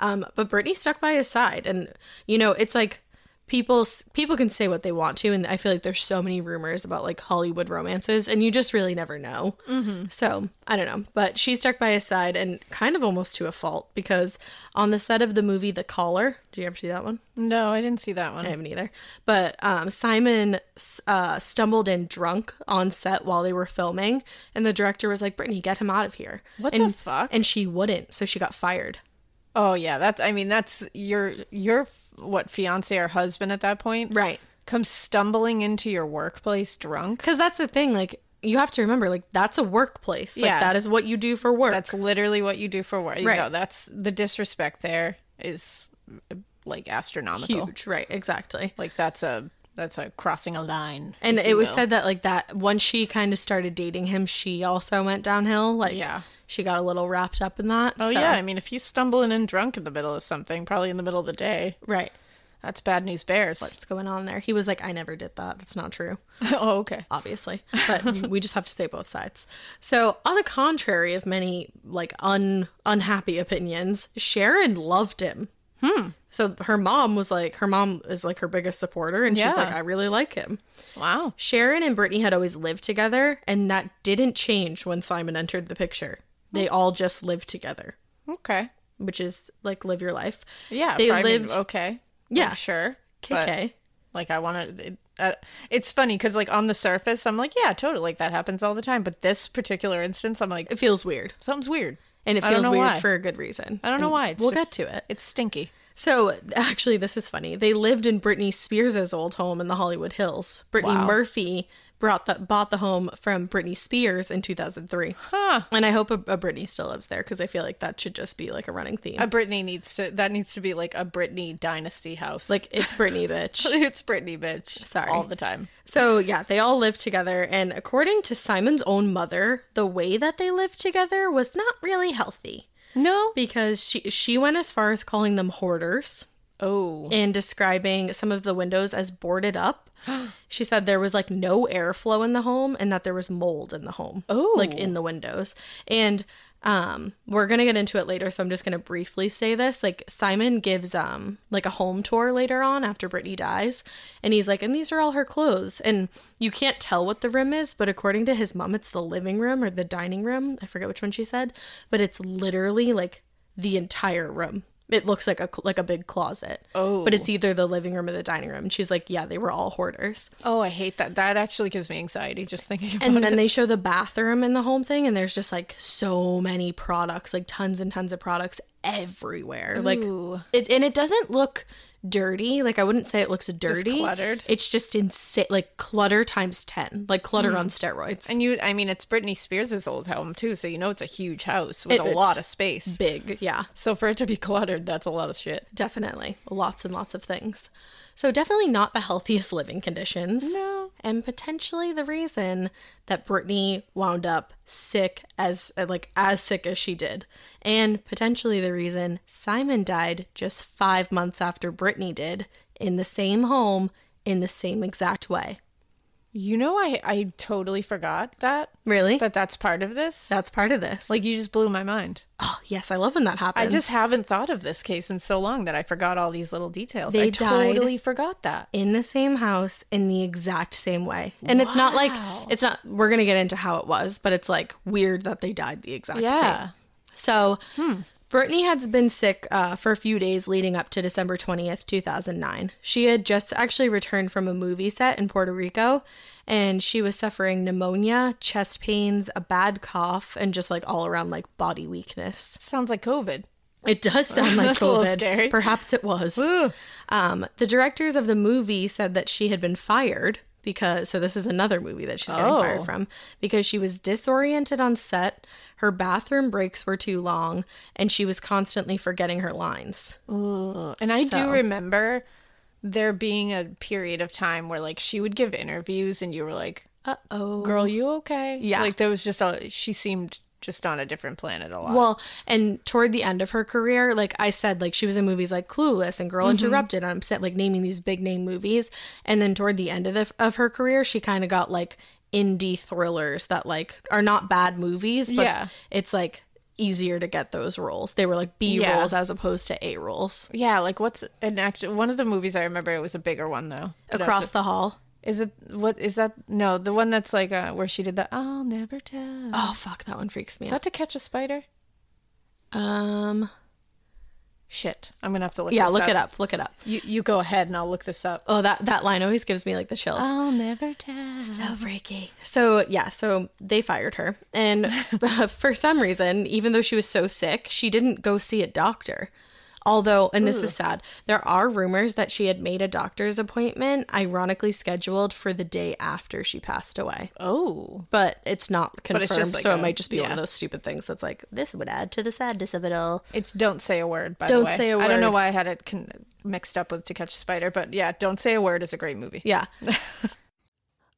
[SPEAKER 3] Um, but Brittany stuck by his side, and you know, it's like people people can say what they want to, and I feel like there's so many rumors about like Hollywood romances, and you just really never know. So I don't know, but she stuck by his side, and kind of almost to a fault because on the set of the movie The Caller, did you ever see that one?
[SPEAKER 2] No, I didn't see that one.
[SPEAKER 3] I haven't either. But um, Simon s- uh, stumbled in drunk on set while they were filming, and the director was like, "Brittany, get him out of here."
[SPEAKER 2] What the
[SPEAKER 3] and,
[SPEAKER 2] fuck?
[SPEAKER 3] And she wouldn't, so she got fired.
[SPEAKER 2] Oh yeah, that's. I mean, that's your your what fiance or husband at that point,
[SPEAKER 3] Right.
[SPEAKER 2] Comes stumbling into your workplace drunk.
[SPEAKER 3] Because that's the thing. Like you have to remember, like that's a workplace. Like
[SPEAKER 2] Yeah.
[SPEAKER 3] that is what you do for work.
[SPEAKER 2] That's literally what you do for work. You
[SPEAKER 3] Right.
[SPEAKER 2] know, that's the disrespect. There is like astronomical.
[SPEAKER 3] huge, right? Exactly.
[SPEAKER 2] Like that's a that's a crossing a line.
[SPEAKER 3] And
[SPEAKER 2] if
[SPEAKER 3] it
[SPEAKER 2] you
[SPEAKER 3] was
[SPEAKER 2] will.
[SPEAKER 3] said that like that once she kind of started dating him, she also went downhill. Like
[SPEAKER 2] Yeah.
[SPEAKER 3] she got a little wrapped up in that.
[SPEAKER 2] Oh
[SPEAKER 3] so-
[SPEAKER 2] yeah, I mean, if he's stumbling in drunk in the middle of something, probably in the middle of the day,
[SPEAKER 3] right.
[SPEAKER 2] that's bad news bears.
[SPEAKER 3] What's going on there? He was like, I never did that. That's not true.
[SPEAKER 2] oh okay.
[SPEAKER 3] obviously, but we just have to say both sides. So, on the contrary of many like un unhappy opinions, Sharon loved him.
[SPEAKER 2] Hmm.
[SPEAKER 3] So her mom was like, her mom is like her biggest supporter, and she's
[SPEAKER 2] Yeah.
[SPEAKER 3] like, I really like him.
[SPEAKER 6] Wow.
[SPEAKER 3] Sharon and Brittany had always lived together, and that didn't change when Simon entered the picture. They all just lived together,
[SPEAKER 2] Okay.
[SPEAKER 3] which is like live your life.
[SPEAKER 2] Yeah.
[SPEAKER 3] they
[SPEAKER 2] I mean,
[SPEAKER 3] lived
[SPEAKER 2] okay.
[SPEAKER 3] Yeah.
[SPEAKER 2] Like, sure. but,
[SPEAKER 3] KK.
[SPEAKER 2] Like I want to. It, uh, it's funny because like on the surface, I'm like, yeah, totally. Like that happens all the time. But this particular instance, I'm like,
[SPEAKER 3] It feels weird,
[SPEAKER 2] something's weird.
[SPEAKER 3] and it
[SPEAKER 2] I don't
[SPEAKER 3] feels
[SPEAKER 2] know
[SPEAKER 3] weird
[SPEAKER 2] why.
[SPEAKER 3] for a good reason.
[SPEAKER 2] I don't know
[SPEAKER 3] And
[SPEAKER 2] why. It's
[SPEAKER 3] we'll
[SPEAKER 2] just-
[SPEAKER 3] get to it.
[SPEAKER 2] It's stinky.
[SPEAKER 3] So actually, this is funny. They lived in Britney Spears' old home in the Hollywood Hills. Britney Murphy brought the bought the home from Britney Spears in 2003. Huh. And I hope a, a Britney still lives there because I feel like that should just be like a running theme.
[SPEAKER 2] A Britney needs to. That needs to be like a Britney dynasty house.
[SPEAKER 3] like it's Britney, bitch.
[SPEAKER 2] it's Britney, bitch.
[SPEAKER 3] Sorry.
[SPEAKER 2] all the time.
[SPEAKER 3] So yeah, they all lived together, and according to Simon's own mother, the way that they lived together was not really healthy
[SPEAKER 2] No.
[SPEAKER 3] because she she went as far as calling them hoarders.
[SPEAKER 2] Oh.
[SPEAKER 3] and describing some of the windows as boarded up. She said there was like no airflow in the home and that there was mold in the home. Oh. Like in the windows. And um we're going to get into it later so I'm just going to briefly say this. Like Simon gives um like a home tour later on after Brittany dies and he's like and these are all her clothes and you can't tell what the room is but according to his mom it's the living room or the dining room. I forget which one she said, but it's literally like the entire room. It looks like a like a big closet. Oh, but it's either the living room or the dining room. And she's like, yeah, they were all hoarders.
[SPEAKER 2] Oh, I hate that. That actually gives me anxiety just thinking about
[SPEAKER 3] And
[SPEAKER 2] it.
[SPEAKER 3] then they show the bathroom in the home thing, and there's just like so many products, like tons and tons of products everywhere. Like it, and it doesn't look dirty. Like I wouldn't say it looks dirty.
[SPEAKER 2] cluttered.
[SPEAKER 3] It's just insane. Like clutter times ten. Like clutter on steroids.
[SPEAKER 2] Hmm. And you, I mean, it's Britney Spears' old home too, so you know it's a huge house with
[SPEAKER 3] It-
[SPEAKER 2] a
[SPEAKER 3] it's
[SPEAKER 2] lot of space.
[SPEAKER 3] big, yeah.
[SPEAKER 2] So for it to be cluttered, that's a lot of shit.
[SPEAKER 3] Definitely. Lots and lots of things. So, definitely not the healthiest living conditions. No. And potentially the reason that Brittany wound up sick as, uh, like, as sick as she did. And potentially the reason Simon died just five months after Brittany did in the same home in the same exact way.
[SPEAKER 2] You know, I I totally forgot that
[SPEAKER 3] Really?
[SPEAKER 2] that that's part of this.
[SPEAKER 3] That's part of this. Like,
[SPEAKER 2] Like you just blew my mind.
[SPEAKER 3] oh, yes, I love when that happens.
[SPEAKER 2] I just haven't thought of this case in so long that I forgot all these little details.
[SPEAKER 3] They
[SPEAKER 2] I
[SPEAKER 3] died-
[SPEAKER 2] totally forgot that.
[SPEAKER 3] in the same house in the exact same way. And it's not like it's not we're going to get into how it was, but it's like weird that they died the exact
[SPEAKER 2] Yeah.
[SPEAKER 3] same. So, Brittany had been sick uh, for a few days leading up to December 20th, 2009. She had just actually returned from a movie set in Puerto Rico and she was suffering pneumonia, chest pains, a bad cough, and just like all around like body weakness.
[SPEAKER 2] Sounds like COVID.
[SPEAKER 3] It does sound like
[SPEAKER 2] That's a little
[SPEAKER 3] COVID.
[SPEAKER 2] scary.
[SPEAKER 3] Perhaps it was. um, the directors of the movie said that she had been fired because so this is another movie that she's getting
[SPEAKER 2] Oh.
[SPEAKER 3] fired from because she was disoriented on set, her bathroom breaks were too long, and she was constantly forgetting her lines.
[SPEAKER 2] And I
[SPEAKER 3] So-
[SPEAKER 2] do remember there being a period of time where like she would give interviews and you were like,
[SPEAKER 3] Uh oh.
[SPEAKER 2] "Girl, you okay?"
[SPEAKER 3] Yeah.
[SPEAKER 2] Like there was just a she seemed just on a different planet a lot.
[SPEAKER 3] Well, and toward the end of her career, like I said, like she was in movies like Clueless and Girl
[SPEAKER 2] Mm-hmm.
[SPEAKER 3] Interrupted. I'm set like naming these big name movies, and then toward the end of the, of her career, she kind of got like indie thrillers that like are not bad movies, but
[SPEAKER 2] Yeah.
[SPEAKER 3] it's like easier to get those roles. They were like B
[SPEAKER 2] Yeah.
[SPEAKER 3] roles as opposed to A roles.
[SPEAKER 2] Yeah, like what's an actual one of the movies I remember it was a bigger one though. That
[SPEAKER 3] Across
[SPEAKER 2] was-
[SPEAKER 3] the hall.
[SPEAKER 2] Is it what is that no, the one that's like uh, where she did the I'll never tell.
[SPEAKER 3] Oh fuck, that one freaks me
[SPEAKER 2] Is
[SPEAKER 3] out.
[SPEAKER 2] that to catch a spider?
[SPEAKER 3] Um,
[SPEAKER 2] Shit. I'm gonna have to look
[SPEAKER 3] yeah,
[SPEAKER 2] this
[SPEAKER 3] look it up. Look it up.
[SPEAKER 2] You you go ahead and I'll look this up.
[SPEAKER 3] Oh, that that line always gives me like the chills.
[SPEAKER 2] I'll never tell.
[SPEAKER 3] So freaky. So yeah, so they fired her, and for some reason, even though she was so sick, she didn't go see a doctor. Although, and this is sad, there are rumors that she had made a doctor's appointment, ironically scheduled for the day after she passed away.
[SPEAKER 2] Oh.
[SPEAKER 3] But it's not confirmed,
[SPEAKER 2] it's just like
[SPEAKER 3] so
[SPEAKER 2] a-
[SPEAKER 3] it might just be one
[SPEAKER 2] yeah.
[SPEAKER 3] of those stupid things that's like this would add to the sadness of it all.
[SPEAKER 2] It's don't say a word by
[SPEAKER 3] Don't
[SPEAKER 2] the way.
[SPEAKER 3] Say a
[SPEAKER 2] I don't know
[SPEAKER 3] Word.
[SPEAKER 2] why I had it con- mixed up with To Catch a Spider, but yeah, Don't Say a Word is a great movie.
[SPEAKER 3] Yeah,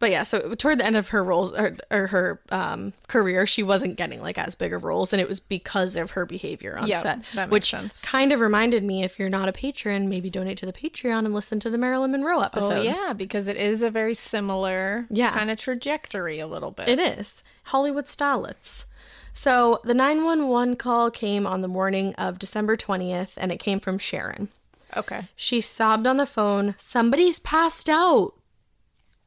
[SPEAKER 3] But yeah, so toward the end of her roles or, or her um, career, she wasn't getting like as big of roles, and it was because of her behavior on
[SPEAKER 2] Yeah,
[SPEAKER 3] set,
[SPEAKER 2] that makes
[SPEAKER 3] which
[SPEAKER 2] sense.
[SPEAKER 3] kind of reminded me: if you're not a patron, maybe donate to the Patreon and listen to the Marilyn Monroe episode.
[SPEAKER 2] Oh yeah, because it is a very similar
[SPEAKER 3] Yeah.
[SPEAKER 2] kind of trajectory a little bit.
[SPEAKER 3] It is. Hollywood starlets. So the 911 call came on the morning of December 20th, and it came from Sharon.
[SPEAKER 2] Okay.
[SPEAKER 3] She sobbed on the phone, Somebody's passed out.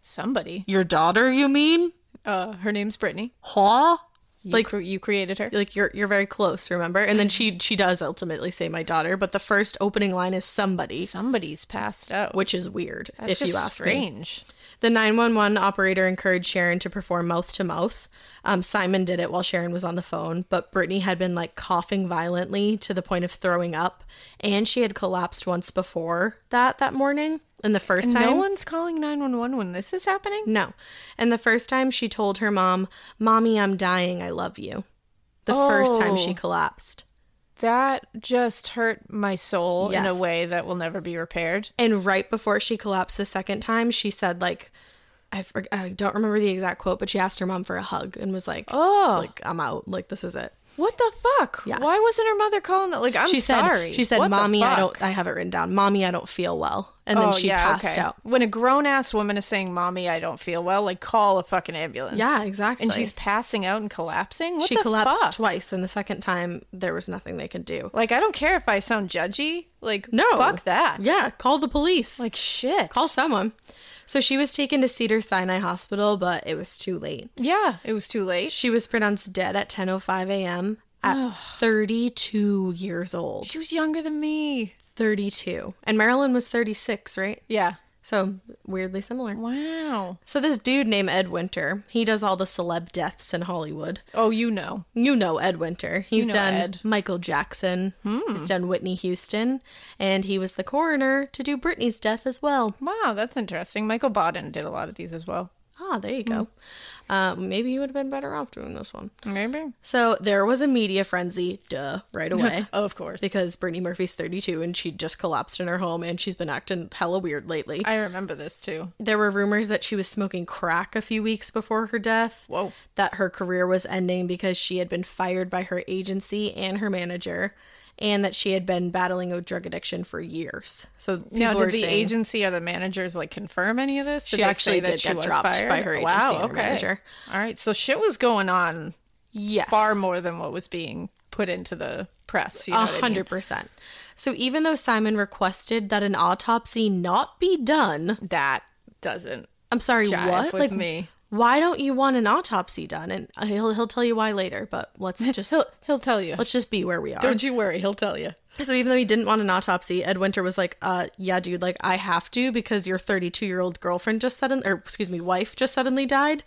[SPEAKER 2] Somebody.
[SPEAKER 3] Your daughter, you mean?
[SPEAKER 2] Uh her name's Brittany.
[SPEAKER 3] Huh?
[SPEAKER 2] You like
[SPEAKER 3] Like-
[SPEAKER 2] cre- you created her.
[SPEAKER 3] Like you're you're very close, remember? And then she she does ultimately say my daughter, but the first opening line is somebody,
[SPEAKER 2] Somebody's passed out.
[SPEAKER 3] which is weird
[SPEAKER 2] That's
[SPEAKER 3] if you
[SPEAKER 2] just
[SPEAKER 3] ask me.
[SPEAKER 2] strange.
[SPEAKER 3] The 911 operator encouraged Sharon to perform mouth to mouth. Um, Simon did it while Sharon was on the phone, but Brittany had been like coughing violently to the point of throwing up, and she had collapsed once before that that morning. And the first time,
[SPEAKER 2] No one's calling 911 when this is happening.
[SPEAKER 3] no, and the first time she told her mom, "Mommy, I'm dying. I love you." The first time she
[SPEAKER 2] Oh.
[SPEAKER 3] collapsed.
[SPEAKER 2] That just hurt my soul in a
[SPEAKER 3] Yes.
[SPEAKER 2] way that will never be repaired.
[SPEAKER 3] And right before she collapsed the second time, she said like, I, for- I don't remember the exact quote, but she asked her mom for a hug and was like,
[SPEAKER 2] Oh.
[SPEAKER 3] like I'm out. Like this is it."
[SPEAKER 2] What the fuck?
[SPEAKER 3] Yeah.
[SPEAKER 2] Why wasn't her mother calling that? Like I'm
[SPEAKER 3] she said,
[SPEAKER 2] sorry.
[SPEAKER 3] She said,
[SPEAKER 2] What the
[SPEAKER 3] "Mommy, I
[SPEAKER 2] fuck?"
[SPEAKER 3] don't. I have it written down. Mommy, I don't feel well." And then
[SPEAKER 2] Oh,
[SPEAKER 3] she
[SPEAKER 2] yeah,
[SPEAKER 3] passed
[SPEAKER 2] okay.
[SPEAKER 3] out.
[SPEAKER 2] When a grown ass woman is saying, "Mommy, I don't feel well," like call a fucking ambulance.
[SPEAKER 3] Yeah, exactly.
[SPEAKER 2] And she's passing out and collapsing. What
[SPEAKER 3] she
[SPEAKER 2] the
[SPEAKER 3] collapsed
[SPEAKER 2] fuck?
[SPEAKER 3] twice, and the second time there was nothing they could do.
[SPEAKER 2] Like I don't care if I sound judgy. Like
[SPEAKER 3] No,
[SPEAKER 2] fuck that.
[SPEAKER 3] Yeah, call the police.
[SPEAKER 2] Like shit.
[SPEAKER 3] call someone. So she was taken to Cedar Sinai Hospital, but it was too late.
[SPEAKER 2] yeah, it was too late.
[SPEAKER 3] She was pronounced dead at 10:05 a.m. at 32 years old.
[SPEAKER 2] She was younger than me.
[SPEAKER 3] 32, and Marilyn was 36, right?
[SPEAKER 2] Yeah.
[SPEAKER 3] So weirdly similar.
[SPEAKER 2] Wow.
[SPEAKER 3] So this dude named Ed Winter, he does all the celeb deaths in Hollywood.
[SPEAKER 2] Oh, you know.
[SPEAKER 3] You know Ed Winter. He's
[SPEAKER 2] know
[SPEAKER 3] done
[SPEAKER 2] Ed. Hmm.
[SPEAKER 3] Michael Jackson. He's done Whitney Houston, and he was the coroner to do Britney's death as well.
[SPEAKER 2] Wow, that's interesting. Michael Bodden did a lot of these as well.
[SPEAKER 3] Ah, there you go.
[SPEAKER 2] Hmm.
[SPEAKER 3] Uh, maybe he would have been better off doing this one.
[SPEAKER 2] Maybe.
[SPEAKER 3] So there was a media frenzy, duh, right away.
[SPEAKER 2] Of course.
[SPEAKER 3] Because Brittany Murphy's 32 and she just collapsed in her home and she's been acting hella weird lately.
[SPEAKER 2] I remember this too.
[SPEAKER 3] There were rumors that she was smoking crack a few weeks before her death.
[SPEAKER 2] Whoa.
[SPEAKER 3] That her career was ending because she had been fired by her agency and her manager, and that she had been battling a drug addiction for years. So people
[SPEAKER 2] Now,
[SPEAKER 3] were
[SPEAKER 2] did the
[SPEAKER 3] saying
[SPEAKER 2] agency or the managers like confirm any of this?
[SPEAKER 3] she
[SPEAKER 2] Did they
[SPEAKER 3] actually
[SPEAKER 2] say that
[SPEAKER 3] did
[SPEAKER 2] she
[SPEAKER 3] get
[SPEAKER 2] was
[SPEAKER 3] dropped
[SPEAKER 2] fired?
[SPEAKER 3] by her agency
[SPEAKER 2] Wow,
[SPEAKER 3] and her
[SPEAKER 2] okay.
[SPEAKER 3] manager.
[SPEAKER 2] All right, so shit was going on
[SPEAKER 3] Yes.
[SPEAKER 2] far more than what was being put into the press. You know
[SPEAKER 3] A
[SPEAKER 2] what I mean?
[SPEAKER 3] hundred percent. So even though Simon requested that an autopsy not be done,
[SPEAKER 2] That doesn't.
[SPEAKER 3] I'm sorry,
[SPEAKER 2] Jive
[SPEAKER 3] what?
[SPEAKER 2] with me.
[SPEAKER 3] why don't you want an autopsy done? And uh, he'll he'll tell you why later. But let's just
[SPEAKER 2] He'll he'll tell you.
[SPEAKER 3] let's just be where we are.
[SPEAKER 2] Don't you worry, he'll tell you.
[SPEAKER 3] So even though he didn't want an autopsy, Ed Winter was like, "Uh, yeah, dude, like I have to because your 32 year old girlfriend just suddenly, or excuse me, wife just suddenly died.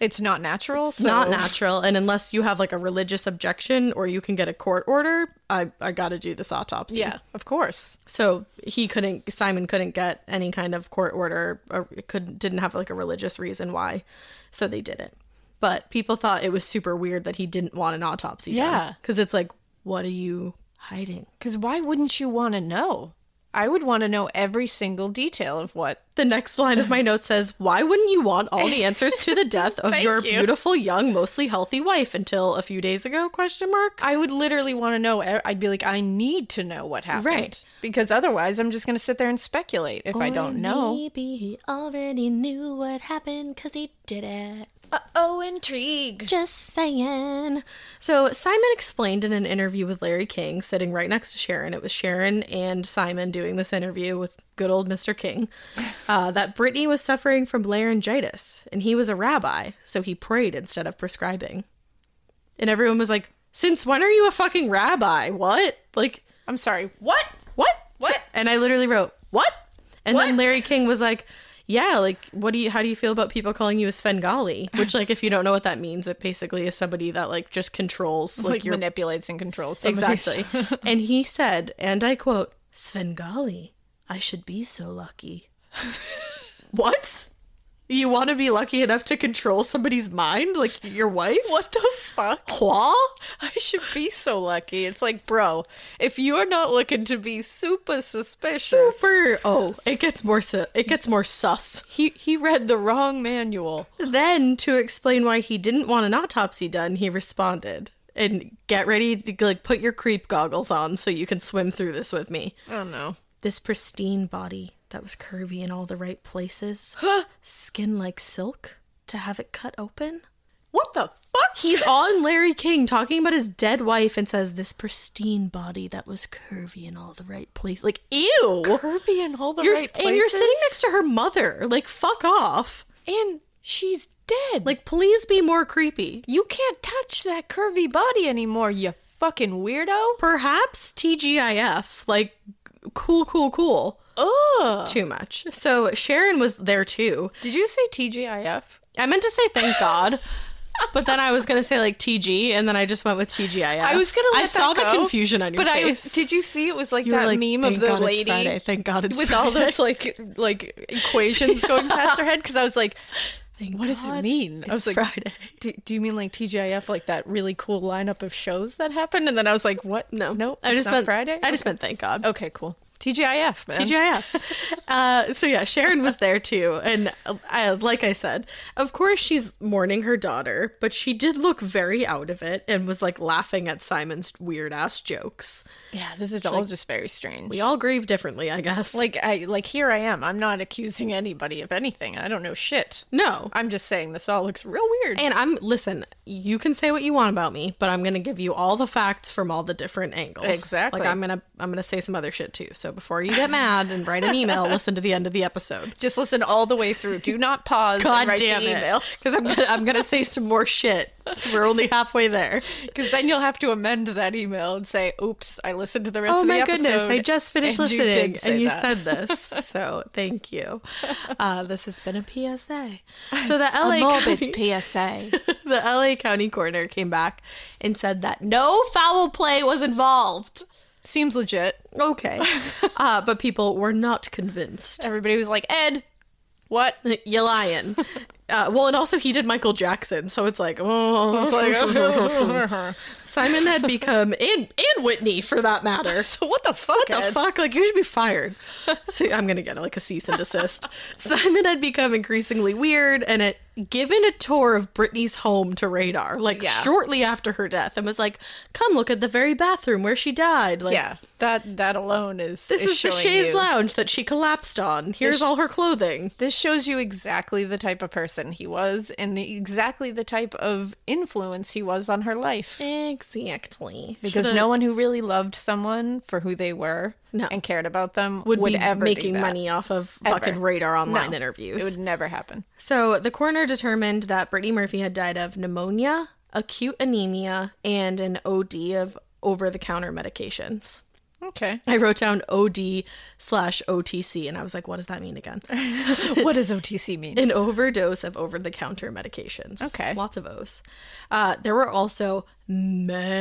[SPEAKER 2] It's not natural.
[SPEAKER 3] It's not
[SPEAKER 2] so-
[SPEAKER 3] natural, and unless you have like a religious objection or you can get a court order, I I got to do this autopsy.
[SPEAKER 2] Yeah, of course.
[SPEAKER 3] So he couldn't, Simon couldn't get any kind of court order or could didn't have like a religious reason why, so they did it. But people thought it was super weird that he didn't want an autopsy.
[SPEAKER 2] Yeah.
[SPEAKER 3] because it's like, what are you hiding?
[SPEAKER 2] Because why wouldn't you want to know? I would want to know every single detail of what.
[SPEAKER 3] The next line of my note says, Why wouldn't you want all the answers to the death of your
[SPEAKER 2] you.
[SPEAKER 3] beautiful, young, mostly healthy wife until a few days ago? Question mark.
[SPEAKER 2] I would literally want to know. e- I'd be like, I need to know what happened,
[SPEAKER 3] Right.
[SPEAKER 2] Because otherwise, I'm just going to sit there and speculate if I don't know.
[SPEAKER 3] Maybe he already knew what happened because he did it.
[SPEAKER 2] Oh, intrigue.
[SPEAKER 3] Just saying. So Simon explained in an interview with Larry King, sitting right next to Sharon. It was Sharon and Simon doing this interview with good old Mr. King. Uh, that Brittany was suffering from laryngitis, and he was a rabbi, so he prayed instead of prescribing. And everyone was like, "Since when are you a fucking rabbi? What? Like,
[SPEAKER 2] I'm sorry. What?
[SPEAKER 3] what?
[SPEAKER 2] What?
[SPEAKER 3] And I literally wrote, "What?" And then Larry King was like, "Yeah, like what do you how do you feel about people calling you a Svengali?" Which like if you don't know what that means, it basically is somebody that like just controls
[SPEAKER 2] Like,
[SPEAKER 3] like, your
[SPEAKER 2] manipulates and controls. somebody's-
[SPEAKER 3] exactly. and he said, and I quote, Svengali, I should be so lucky. what? You want to be lucky enough to control somebody's mind, like your wife?
[SPEAKER 2] What the fuck?
[SPEAKER 3] Qua?
[SPEAKER 2] I should be so lucky. It's like, bro, if you're not looking to be super suspicious,
[SPEAKER 3] Super. Oh, it gets more. Su- it gets more sus.
[SPEAKER 2] he he read the wrong manual.
[SPEAKER 3] Then, to explain why he didn't want an autopsy done, he responded, "And get ready to like put your creep goggles on so you can swim through this with me."
[SPEAKER 2] Oh no.
[SPEAKER 3] This pristine body that was curvy in all the right places, skin like silk, to have it cut open.
[SPEAKER 2] What the fuck?
[SPEAKER 3] He's on Larry King talking about his dead wife and says this pristine body that was curvy in all the right places. Like, ew.
[SPEAKER 2] Kirby and all the
[SPEAKER 3] You're,
[SPEAKER 2] right
[SPEAKER 3] and you're
[SPEAKER 2] places?
[SPEAKER 3] sitting next to her mother. Like, fuck off.
[SPEAKER 2] and she's dead.
[SPEAKER 3] Like, please be more creepy.
[SPEAKER 2] you can't touch that curvy body anymore. You fucking weirdo.
[SPEAKER 3] Perhaps TGIF. Like, cool, cool, cool.
[SPEAKER 2] Ugh.
[SPEAKER 3] Too much. So Sharon was there too.
[SPEAKER 2] Did you say TGIF?
[SPEAKER 3] I meant to say thank God. But then I was gonna say like TG, and then I just went with TGIF.
[SPEAKER 2] I was gonna. Let
[SPEAKER 3] I
[SPEAKER 2] that
[SPEAKER 3] saw the
[SPEAKER 2] go,
[SPEAKER 3] confusion on your
[SPEAKER 2] but
[SPEAKER 3] face.
[SPEAKER 2] I did you see it was like
[SPEAKER 3] You were
[SPEAKER 2] that meme of
[SPEAKER 3] "Thank
[SPEAKER 2] the
[SPEAKER 3] God it's
[SPEAKER 2] lady
[SPEAKER 3] Friday. Thank God it's
[SPEAKER 2] with
[SPEAKER 3] Friday.
[SPEAKER 2] all those like like equations going past her head because I was like,
[SPEAKER 3] Thank
[SPEAKER 2] what does it
[SPEAKER 3] God
[SPEAKER 2] mean? I was
[SPEAKER 3] it's
[SPEAKER 2] like,
[SPEAKER 3] Friday.
[SPEAKER 2] Do, do you mean like TGIF, like that really cool lineup of shows that happened? And then I was like, what?
[SPEAKER 3] No,
[SPEAKER 2] no,
[SPEAKER 3] I
[SPEAKER 2] it's
[SPEAKER 3] just
[SPEAKER 2] not
[SPEAKER 3] meant
[SPEAKER 2] Friday.
[SPEAKER 3] I just meant thank God.
[SPEAKER 2] okay, cool. TGIF, man.
[SPEAKER 3] TGIF. uh, so yeah, Sharon was there too, and uh, I, like I said, of course she's mourning her daughter, but she did look very out of it and was like laughing at Simon's weird ass jokes.
[SPEAKER 2] yeah, this is all just very strange.
[SPEAKER 3] We all grieve differently, I guess.
[SPEAKER 2] like I like here I am. I'm not accusing anybody of anything. I don't know shit.
[SPEAKER 3] no,
[SPEAKER 2] I'm just saying this all looks real weird.
[SPEAKER 3] and I'm listen. You can say what you want about me, but I'm gonna give you all the facts from all the different angles.
[SPEAKER 2] Exactly.
[SPEAKER 3] Like I'm gonna I'm gonna say some other shit too. So before you get mad and write an email, listen to the end of the episode.
[SPEAKER 2] just listen all the way through. Do not pause.
[SPEAKER 3] God
[SPEAKER 2] and write
[SPEAKER 3] damn
[SPEAKER 2] the
[SPEAKER 3] it!
[SPEAKER 2] email.
[SPEAKER 3] Because I'm gonna, I'm gonna say some more shit. We're only halfway there.
[SPEAKER 2] Because then you'll have to amend that email and say, "Oops, I listened to the rest
[SPEAKER 3] oh
[SPEAKER 2] of the
[SPEAKER 3] my
[SPEAKER 2] episode."
[SPEAKER 3] goodness! I just finished
[SPEAKER 2] and you did
[SPEAKER 3] listening,
[SPEAKER 2] say
[SPEAKER 3] and you
[SPEAKER 2] that.
[SPEAKER 3] said this. So thank you. Uh, this has been a PSA. So the LA County,
[SPEAKER 2] PSA.
[SPEAKER 3] the LA County coroner came back and said that no foul play was involved.
[SPEAKER 2] Seems legit.
[SPEAKER 3] Okay, uh, but people were not convinced.
[SPEAKER 2] Everybody was like, "Ed, what?"
[SPEAKER 3] You're lying. Uh, well, and also he did Michael Jackson, so it's like, oh, Simon had become and and Whitney for that matter.
[SPEAKER 2] so what the fuck?
[SPEAKER 3] What the
[SPEAKER 2] Ed?
[SPEAKER 3] fuck? Like you should be fired. So I'm gonna get like a cease and desist. Simon had become increasingly weird and had given a tour of Britney's home to Radar, like
[SPEAKER 2] Yeah.
[SPEAKER 3] shortly after her death, and was like, "Come look at the very bathroom where she died." Like,
[SPEAKER 2] yeah, that that alone is.
[SPEAKER 3] This is, the
[SPEAKER 2] showing
[SPEAKER 3] chaise
[SPEAKER 2] you-
[SPEAKER 3] lounge that she collapsed on. Here's all her clothing.
[SPEAKER 2] This shows you exactly the type of person he was, and the exactly the type of influence he was on her life.
[SPEAKER 3] Exactly.
[SPEAKER 2] Because no one who really loved someone for who they were
[SPEAKER 3] No.
[SPEAKER 2] and cared about them
[SPEAKER 3] would,
[SPEAKER 2] would,
[SPEAKER 3] be
[SPEAKER 2] ever do
[SPEAKER 3] making
[SPEAKER 2] that.
[SPEAKER 3] money off of
[SPEAKER 2] Ever.
[SPEAKER 3] fucking Radar online
[SPEAKER 2] No,
[SPEAKER 3] interviews.
[SPEAKER 2] It would never happen.
[SPEAKER 3] So the coroner determined that Brittany Murphy had died of pneumonia, acute anemia, and an OD of over the counter medications.
[SPEAKER 2] Okay.
[SPEAKER 3] I wrote down OD slash OTC and I was like, what does that mean again?
[SPEAKER 2] what does OTC mean?
[SPEAKER 3] An overdose of over the counter medications.
[SPEAKER 2] Okay.
[SPEAKER 3] Lots of O's. Uh, there were also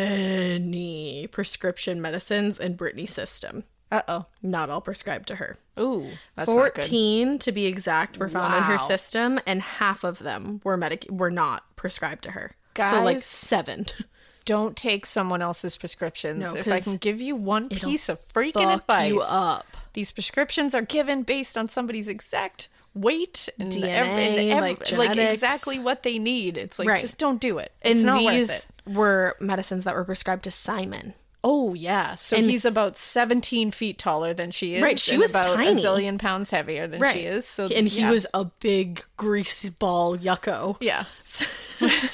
[SPEAKER 3] many prescription medicines in Brittany's system,
[SPEAKER 2] Uh oh.
[SPEAKER 3] not all prescribed to her.
[SPEAKER 2] Ooh, that's
[SPEAKER 3] 14 to be exact were found in her
[SPEAKER 2] Wow.
[SPEAKER 3] system and half of them were medic were not prescribed to her so like
[SPEAKER 2] Guys.
[SPEAKER 3] 7
[SPEAKER 2] Don't take someone else's prescriptions.
[SPEAKER 3] No,
[SPEAKER 2] if I
[SPEAKER 3] 'cause
[SPEAKER 2] can give you one
[SPEAKER 3] it'll
[SPEAKER 2] piece of freaking
[SPEAKER 3] fuck
[SPEAKER 2] advice,
[SPEAKER 3] you up
[SPEAKER 2] these prescriptions are given based on somebody's exact weight and
[SPEAKER 3] DNA,
[SPEAKER 2] ev- and ev-
[SPEAKER 3] like genetics.
[SPEAKER 2] exactly what they need. It's like
[SPEAKER 3] Right.
[SPEAKER 2] just don't do it.
[SPEAKER 3] and
[SPEAKER 2] It's not
[SPEAKER 3] these
[SPEAKER 2] worth it.
[SPEAKER 3] were medicines that were prescribed to Simon
[SPEAKER 2] Oh yeah, so he's about seventeen feet taller than she is.
[SPEAKER 3] Right, she
[SPEAKER 2] and
[SPEAKER 3] was
[SPEAKER 2] about
[SPEAKER 3] tiny.
[SPEAKER 2] a zillion pounds heavier than she is. So
[SPEAKER 3] and he
[SPEAKER 2] yeah.
[SPEAKER 3] was a big grease ball yucko
[SPEAKER 2] yeah,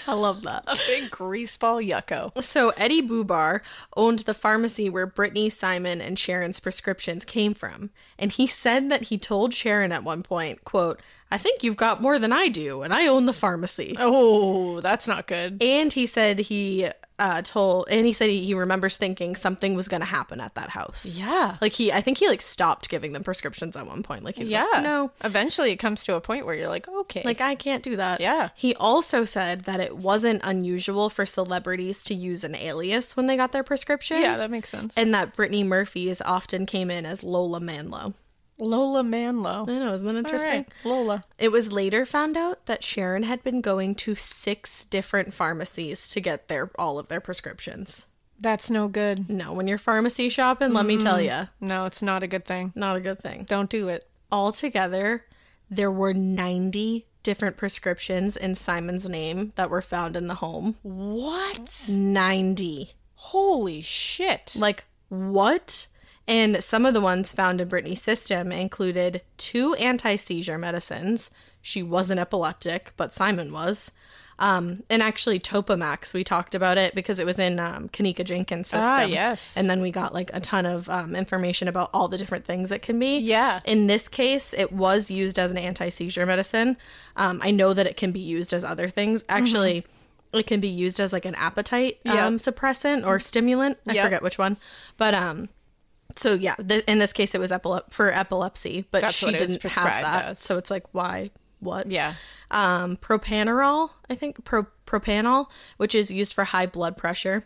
[SPEAKER 3] I love that
[SPEAKER 2] a big greaseball yucko.
[SPEAKER 3] So Eddie Bubar owned the pharmacy where Brittany, Simon, and Sharon's prescriptions came from, and he said that he told Sharon at one point, "quote I think you've got more than I do, and I own the pharmacy."
[SPEAKER 2] Oh, that's not good.
[SPEAKER 3] And he said he uh, told, and he said he, he remembers thinking something was going to happen at that house.
[SPEAKER 2] Yeah.
[SPEAKER 3] Like he, I think he like stopped giving them prescriptions at one point. Like he was
[SPEAKER 2] yeah.
[SPEAKER 3] like, no,
[SPEAKER 2] Eventually it comes to a point where you're like, okay.
[SPEAKER 3] like I can't do that.
[SPEAKER 2] Yeah.
[SPEAKER 3] He also said that it wasn't unusual for celebrities to use an alias when they got their prescription.
[SPEAKER 2] yeah, that makes sense.
[SPEAKER 3] and that Brittany Murphy's often came in as Lola Manlow.
[SPEAKER 2] Lola Manlow.
[SPEAKER 3] I know, isn't that interesting?
[SPEAKER 2] Lola.
[SPEAKER 3] It was later found out that Sharon had been going to six different pharmacies to get their all of their prescriptions.
[SPEAKER 2] That's no good.
[SPEAKER 3] No, when you're pharmacy shopping, let me tell you,
[SPEAKER 2] No, it's not a good thing.
[SPEAKER 3] not a good thing.
[SPEAKER 2] Mm-hmm. Don't do it.
[SPEAKER 3] Altogether, there were 90 different prescriptions in Simon's name that were found in the home.
[SPEAKER 2] What?
[SPEAKER 3] 90.
[SPEAKER 2] Holy shit.
[SPEAKER 3] Like, what? And some of the ones found in Brittany's system included two anti seizure medicines. She wasn't epileptic, but Simon was. Um, and actually, Topamax, we talked about it because it was in um, Kanika Jenkins' system.
[SPEAKER 2] Ah, yes.
[SPEAKER 3] And then we got like a ton of um, information about all the different things it can be.
[SPEAKER 2] Yeah.
[SPEAKER 3] In this case, it was used as an anti seizure medicine. Um, I know that it can be used as other things. Actually,
[SPEAKER 2] Mm-hmm.
[SPEAKER 3] it can be used as like an appetite
[SPEAKER 2] Yeah.
[SPEAKER 3] um, suppressant or stimulant. I
[SPEAKER 2] Yeah.
[SPEAKER 3] forget which one, but um, so yeah, th- in this case, it was epilep- for epilepsy, but
[SPEAKER 2] That's
[SPEAKER 3] she
[SPEAKER 2] what it was
[SPEAKER 3] didn't have
[SPEAKER 2] prescribed
[SPEAKER 3] that.
[SPEAKER 2] as.
[SPEAKER 3] So it's like, why? What?
[SPEAKER 2] yeah.
[SPEAKER 3] Um, propanerol, I think pro- propanol, which is used for high blood pressure.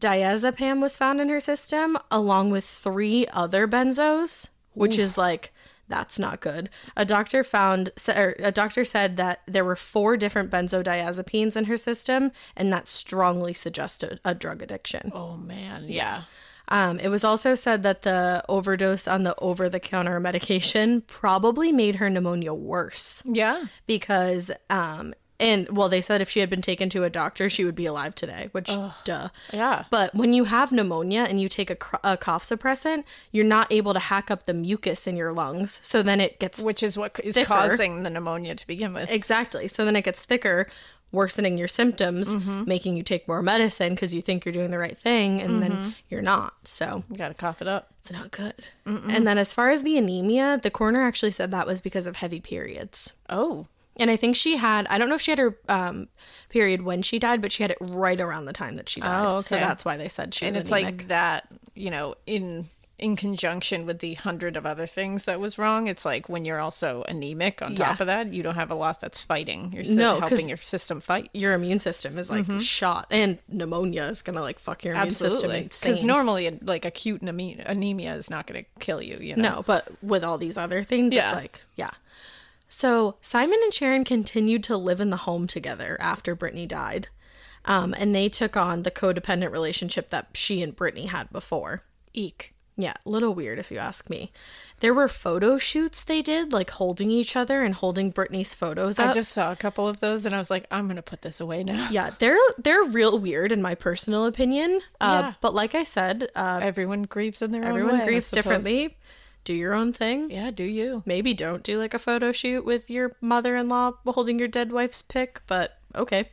[SPEAKER 3] Diazepam was found in her system along with three other benzos, which is like that's not good. A doctor found sa- or a doctor said that there were four different benzodiazepines in her system and that strongly suggested a drug addiction.
[SPEAKER 2] Oh man. Yeah.
[SPEAKER 3] Um, it was also said that the overdose on the over the counter medication probably made her pneumonia worse
[SPEAKER 2] Yeah.
[SPEAKER 3] because, um, and well, they said if she had been taken to a doctor, she would be alive today, which, duh.
[SPEAKER 2] Yeah.
[SPEAKER 3] But when you have pneumonia and you take a, cr- a cough suppressant, you're not able to hack up the mucus in your lungs. So then it gets
[SPEAKER 2] Which is what is
[SPEAKER 3] Thicker.
[SPEAKER 2] causing the pneumonia to begin with.
[SPEAKER 3] Exactly. So then it gets thicker, worsening your symptoms, making you take more medicine because you think you're doing the right thing and then you're not. So
[SPEAKER 2] you gotta cough it up.
[SPEAKER 3] it's not good. And then as far as the anemia, the coroner actually said that was because of heavy periods.
[SPEAKER 2] Oh.
[SPEAKER 3] And I think she had, I don't know if she had her um, period when she died, but she had it right around the time that she died.
[SPEAKER 2] Oh,
[SPEAKER 3] So
[SPEAKER 2] okay.
[SPEAKER 3] that's why they said she
[SPEAKER 2] And
[SPEAKER 3] was
[SPEAKER 2] it's
[SPEAKER 3] anemic.
[SPEAKER 2] like that, you know, in in conjunction with the hundred of other things that was wrong, it's like when you're also anemic on top
[SPEAKER 3] Yeah.
[SPEAKER 2] of that, you don't have a lot that's fighting. You're
[SPEAKER 3] No,
[SPEAKER 2] no,
[SPEAKER 3] 'cause-
[SPEAKER 2] helping your system fight.
[SPEAKER 3] your immune system is like
[SPEAKER 2] Mm-hmm.
[SPEAKER 3] shot, and pneumonia is gonna like fuck your immune system
[SPEAKER 2] Absolutely. Because
[SPEAKER 3] insane.
[SPEAKER 2] normally, like, acute ane- anemia is not going to kill you, you know?
[SPEAKER 3] No, but with all these other things, it's
[SPEAKER 2] Yeah.
[SPEAKER 3] like, yeah. So Simon and Sharon continued to live in the home together after Brittany died. Um, and they took on the codependent relationship that she and Brittany had before. Eek. Yeah, a little weird if you ask me. There were photo shoots they did, like holding each other and holding Brittany's photos up.
[SPEAKER 2] I just saw a couple of those and I was like, I'm going to put this away now.
[SPEAKER 3] yeah, they're they're real weird in my personal opinion. Uh,
[SPEAKER 2] Yeah.
[SPEAKER 3] But like I said, uh,
[SPEAKER 2] Everyone grieves in their own way.
[SPEAKER 3] everyone
[SPEAKER 2] I
[SPEAKER 3] grieves
[SPEAKER 2] suppose.
[SPEAKER 3] differently. Do your own thing.
[SPEAKER 2] Yeah, do you?
[SPEAKER 3] maybe don't do like a photo shoot with your mother-in-law holding your dead wife's pic, but okay.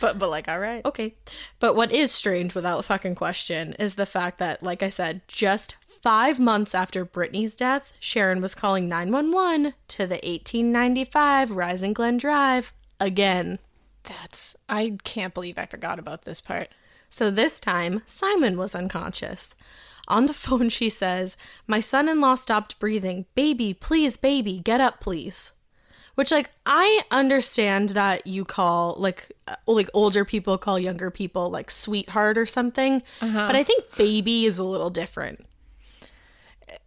[SPEAKER 2] but, but like, all right.
[SPEAKER 3] Okay. But what is strange without fucking question is the fact that like I said, just 5 months after Brittany's death, Sharon was calling 911 to the 1895 Rising Glen Drive again.
[SPEAKER 2] That's, I can't believe I forgot about this part.
[SPEAKER 3] So this time, Simon was unconscious. On the phone, she says, My son in law stopped breathing. Baby, please, baby, get up, please. Which, like, I understand that you call, like, uh, like older people call younger people, like, sweetheart or something.
[SPEAKER 2] Uh-huh.
[SPEAKER 3] But I think baby is a little different.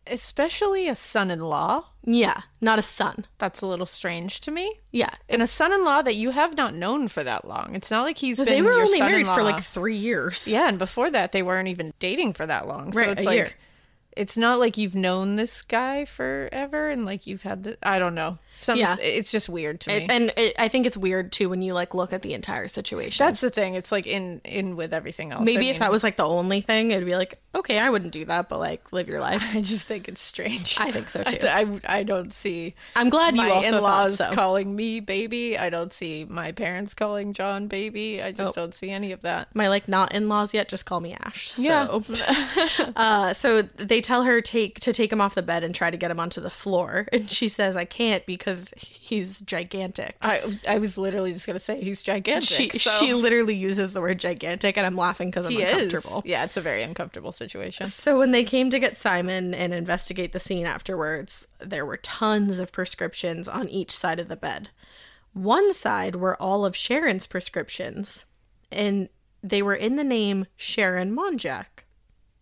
[SPEAKER 2] Especially a son in law.
[SPEAKER 3] Yeah, not a son.
[SPEAKER 2] That's a little strange to me.
[SPEAKER 3] Yeah.
[SPEAKER 2] And a son in law that you have not known for that long. It's not like he's
[SPEAKER 3] So
[SPEAKER 2] been
[SPEAKER 3] they were
[SPEAKER 2] your
[SPEAKER 3] only married for
[SPEAKER 2] son-in-law.
[SPEAKER 3] like three years.
[SPEAKER 2] Yeah, and before that, they weren't even dating for that long. So
[SPEAKER 3] Right,
[SPEAKER 2] it's
[SPEAKER 3] a
[SPEAKER 2] like,
[SPEAKER 3] year.
[SPEAKER 2] it's not like you've known this guy forever and like you've had the, I don't know. Some,
[SPEAKER 3] Yeah.
[SPEAKER 2] It's just weird to me.
[SPEAKER 3] It- and it, I think it's weird too when you like look at the entire situation.
[SPEAKER 2] That's the thing. It's like in, in with everything else.
[SPEAKER 3] Maybe
[SPEAKER 2] I
[SPEAKER 3] if that
[SPEAKER 2] mean,
[SPEAKER 3] was like the only thing, it'd be like, okay, I wouldn't do that, but like live your life.
[SPEAKER 2] I just think it's strange.
[SPEAKER 3] I think so,
[SPEAKER 2] I-
[SPEAKER 3] too.
[SPEAKER 2] I, I, don't see
[SPEAKER 3] I'm glad you
[SPEAKER 2] my
[SPEAKER 3] also thought
[SPEAKER 2] in-laws
[SPEAKER 3] so.
[SPEAKER 2] calling me baby. I don't see my parents calling John baby. I
[SPEAKER 3] Oh.
[SPEAKER 2] just don't see any of that.
[SPEAKER 3] My like not in laws yet just call me Ash. So, uh, so they tell her take to take him off the bed and try to get him onto the floor, and she says, "I can't because he's gigantic."
[SPEAKER 2] I I was literally just gonna say he's gigantic.
[SPEAKER 3] She
[SPEAKER 2] so-
[SPEAKER 3] she literally uses the word gigantic, and I'm laughing because I'm
[SPEAKER 2] he
[SPEAKER 3] uncomfortable.
[SPEAKER 2] is. Yeah, it's a very uncomfortable situation.
[SPEAKER 3] So when they came to get Simon and investigate the scene afterwards, there were tons of prescriptions on each side of the bed. One side were all of Sharon's prescriptions, and they were in the name Sharon Monjack,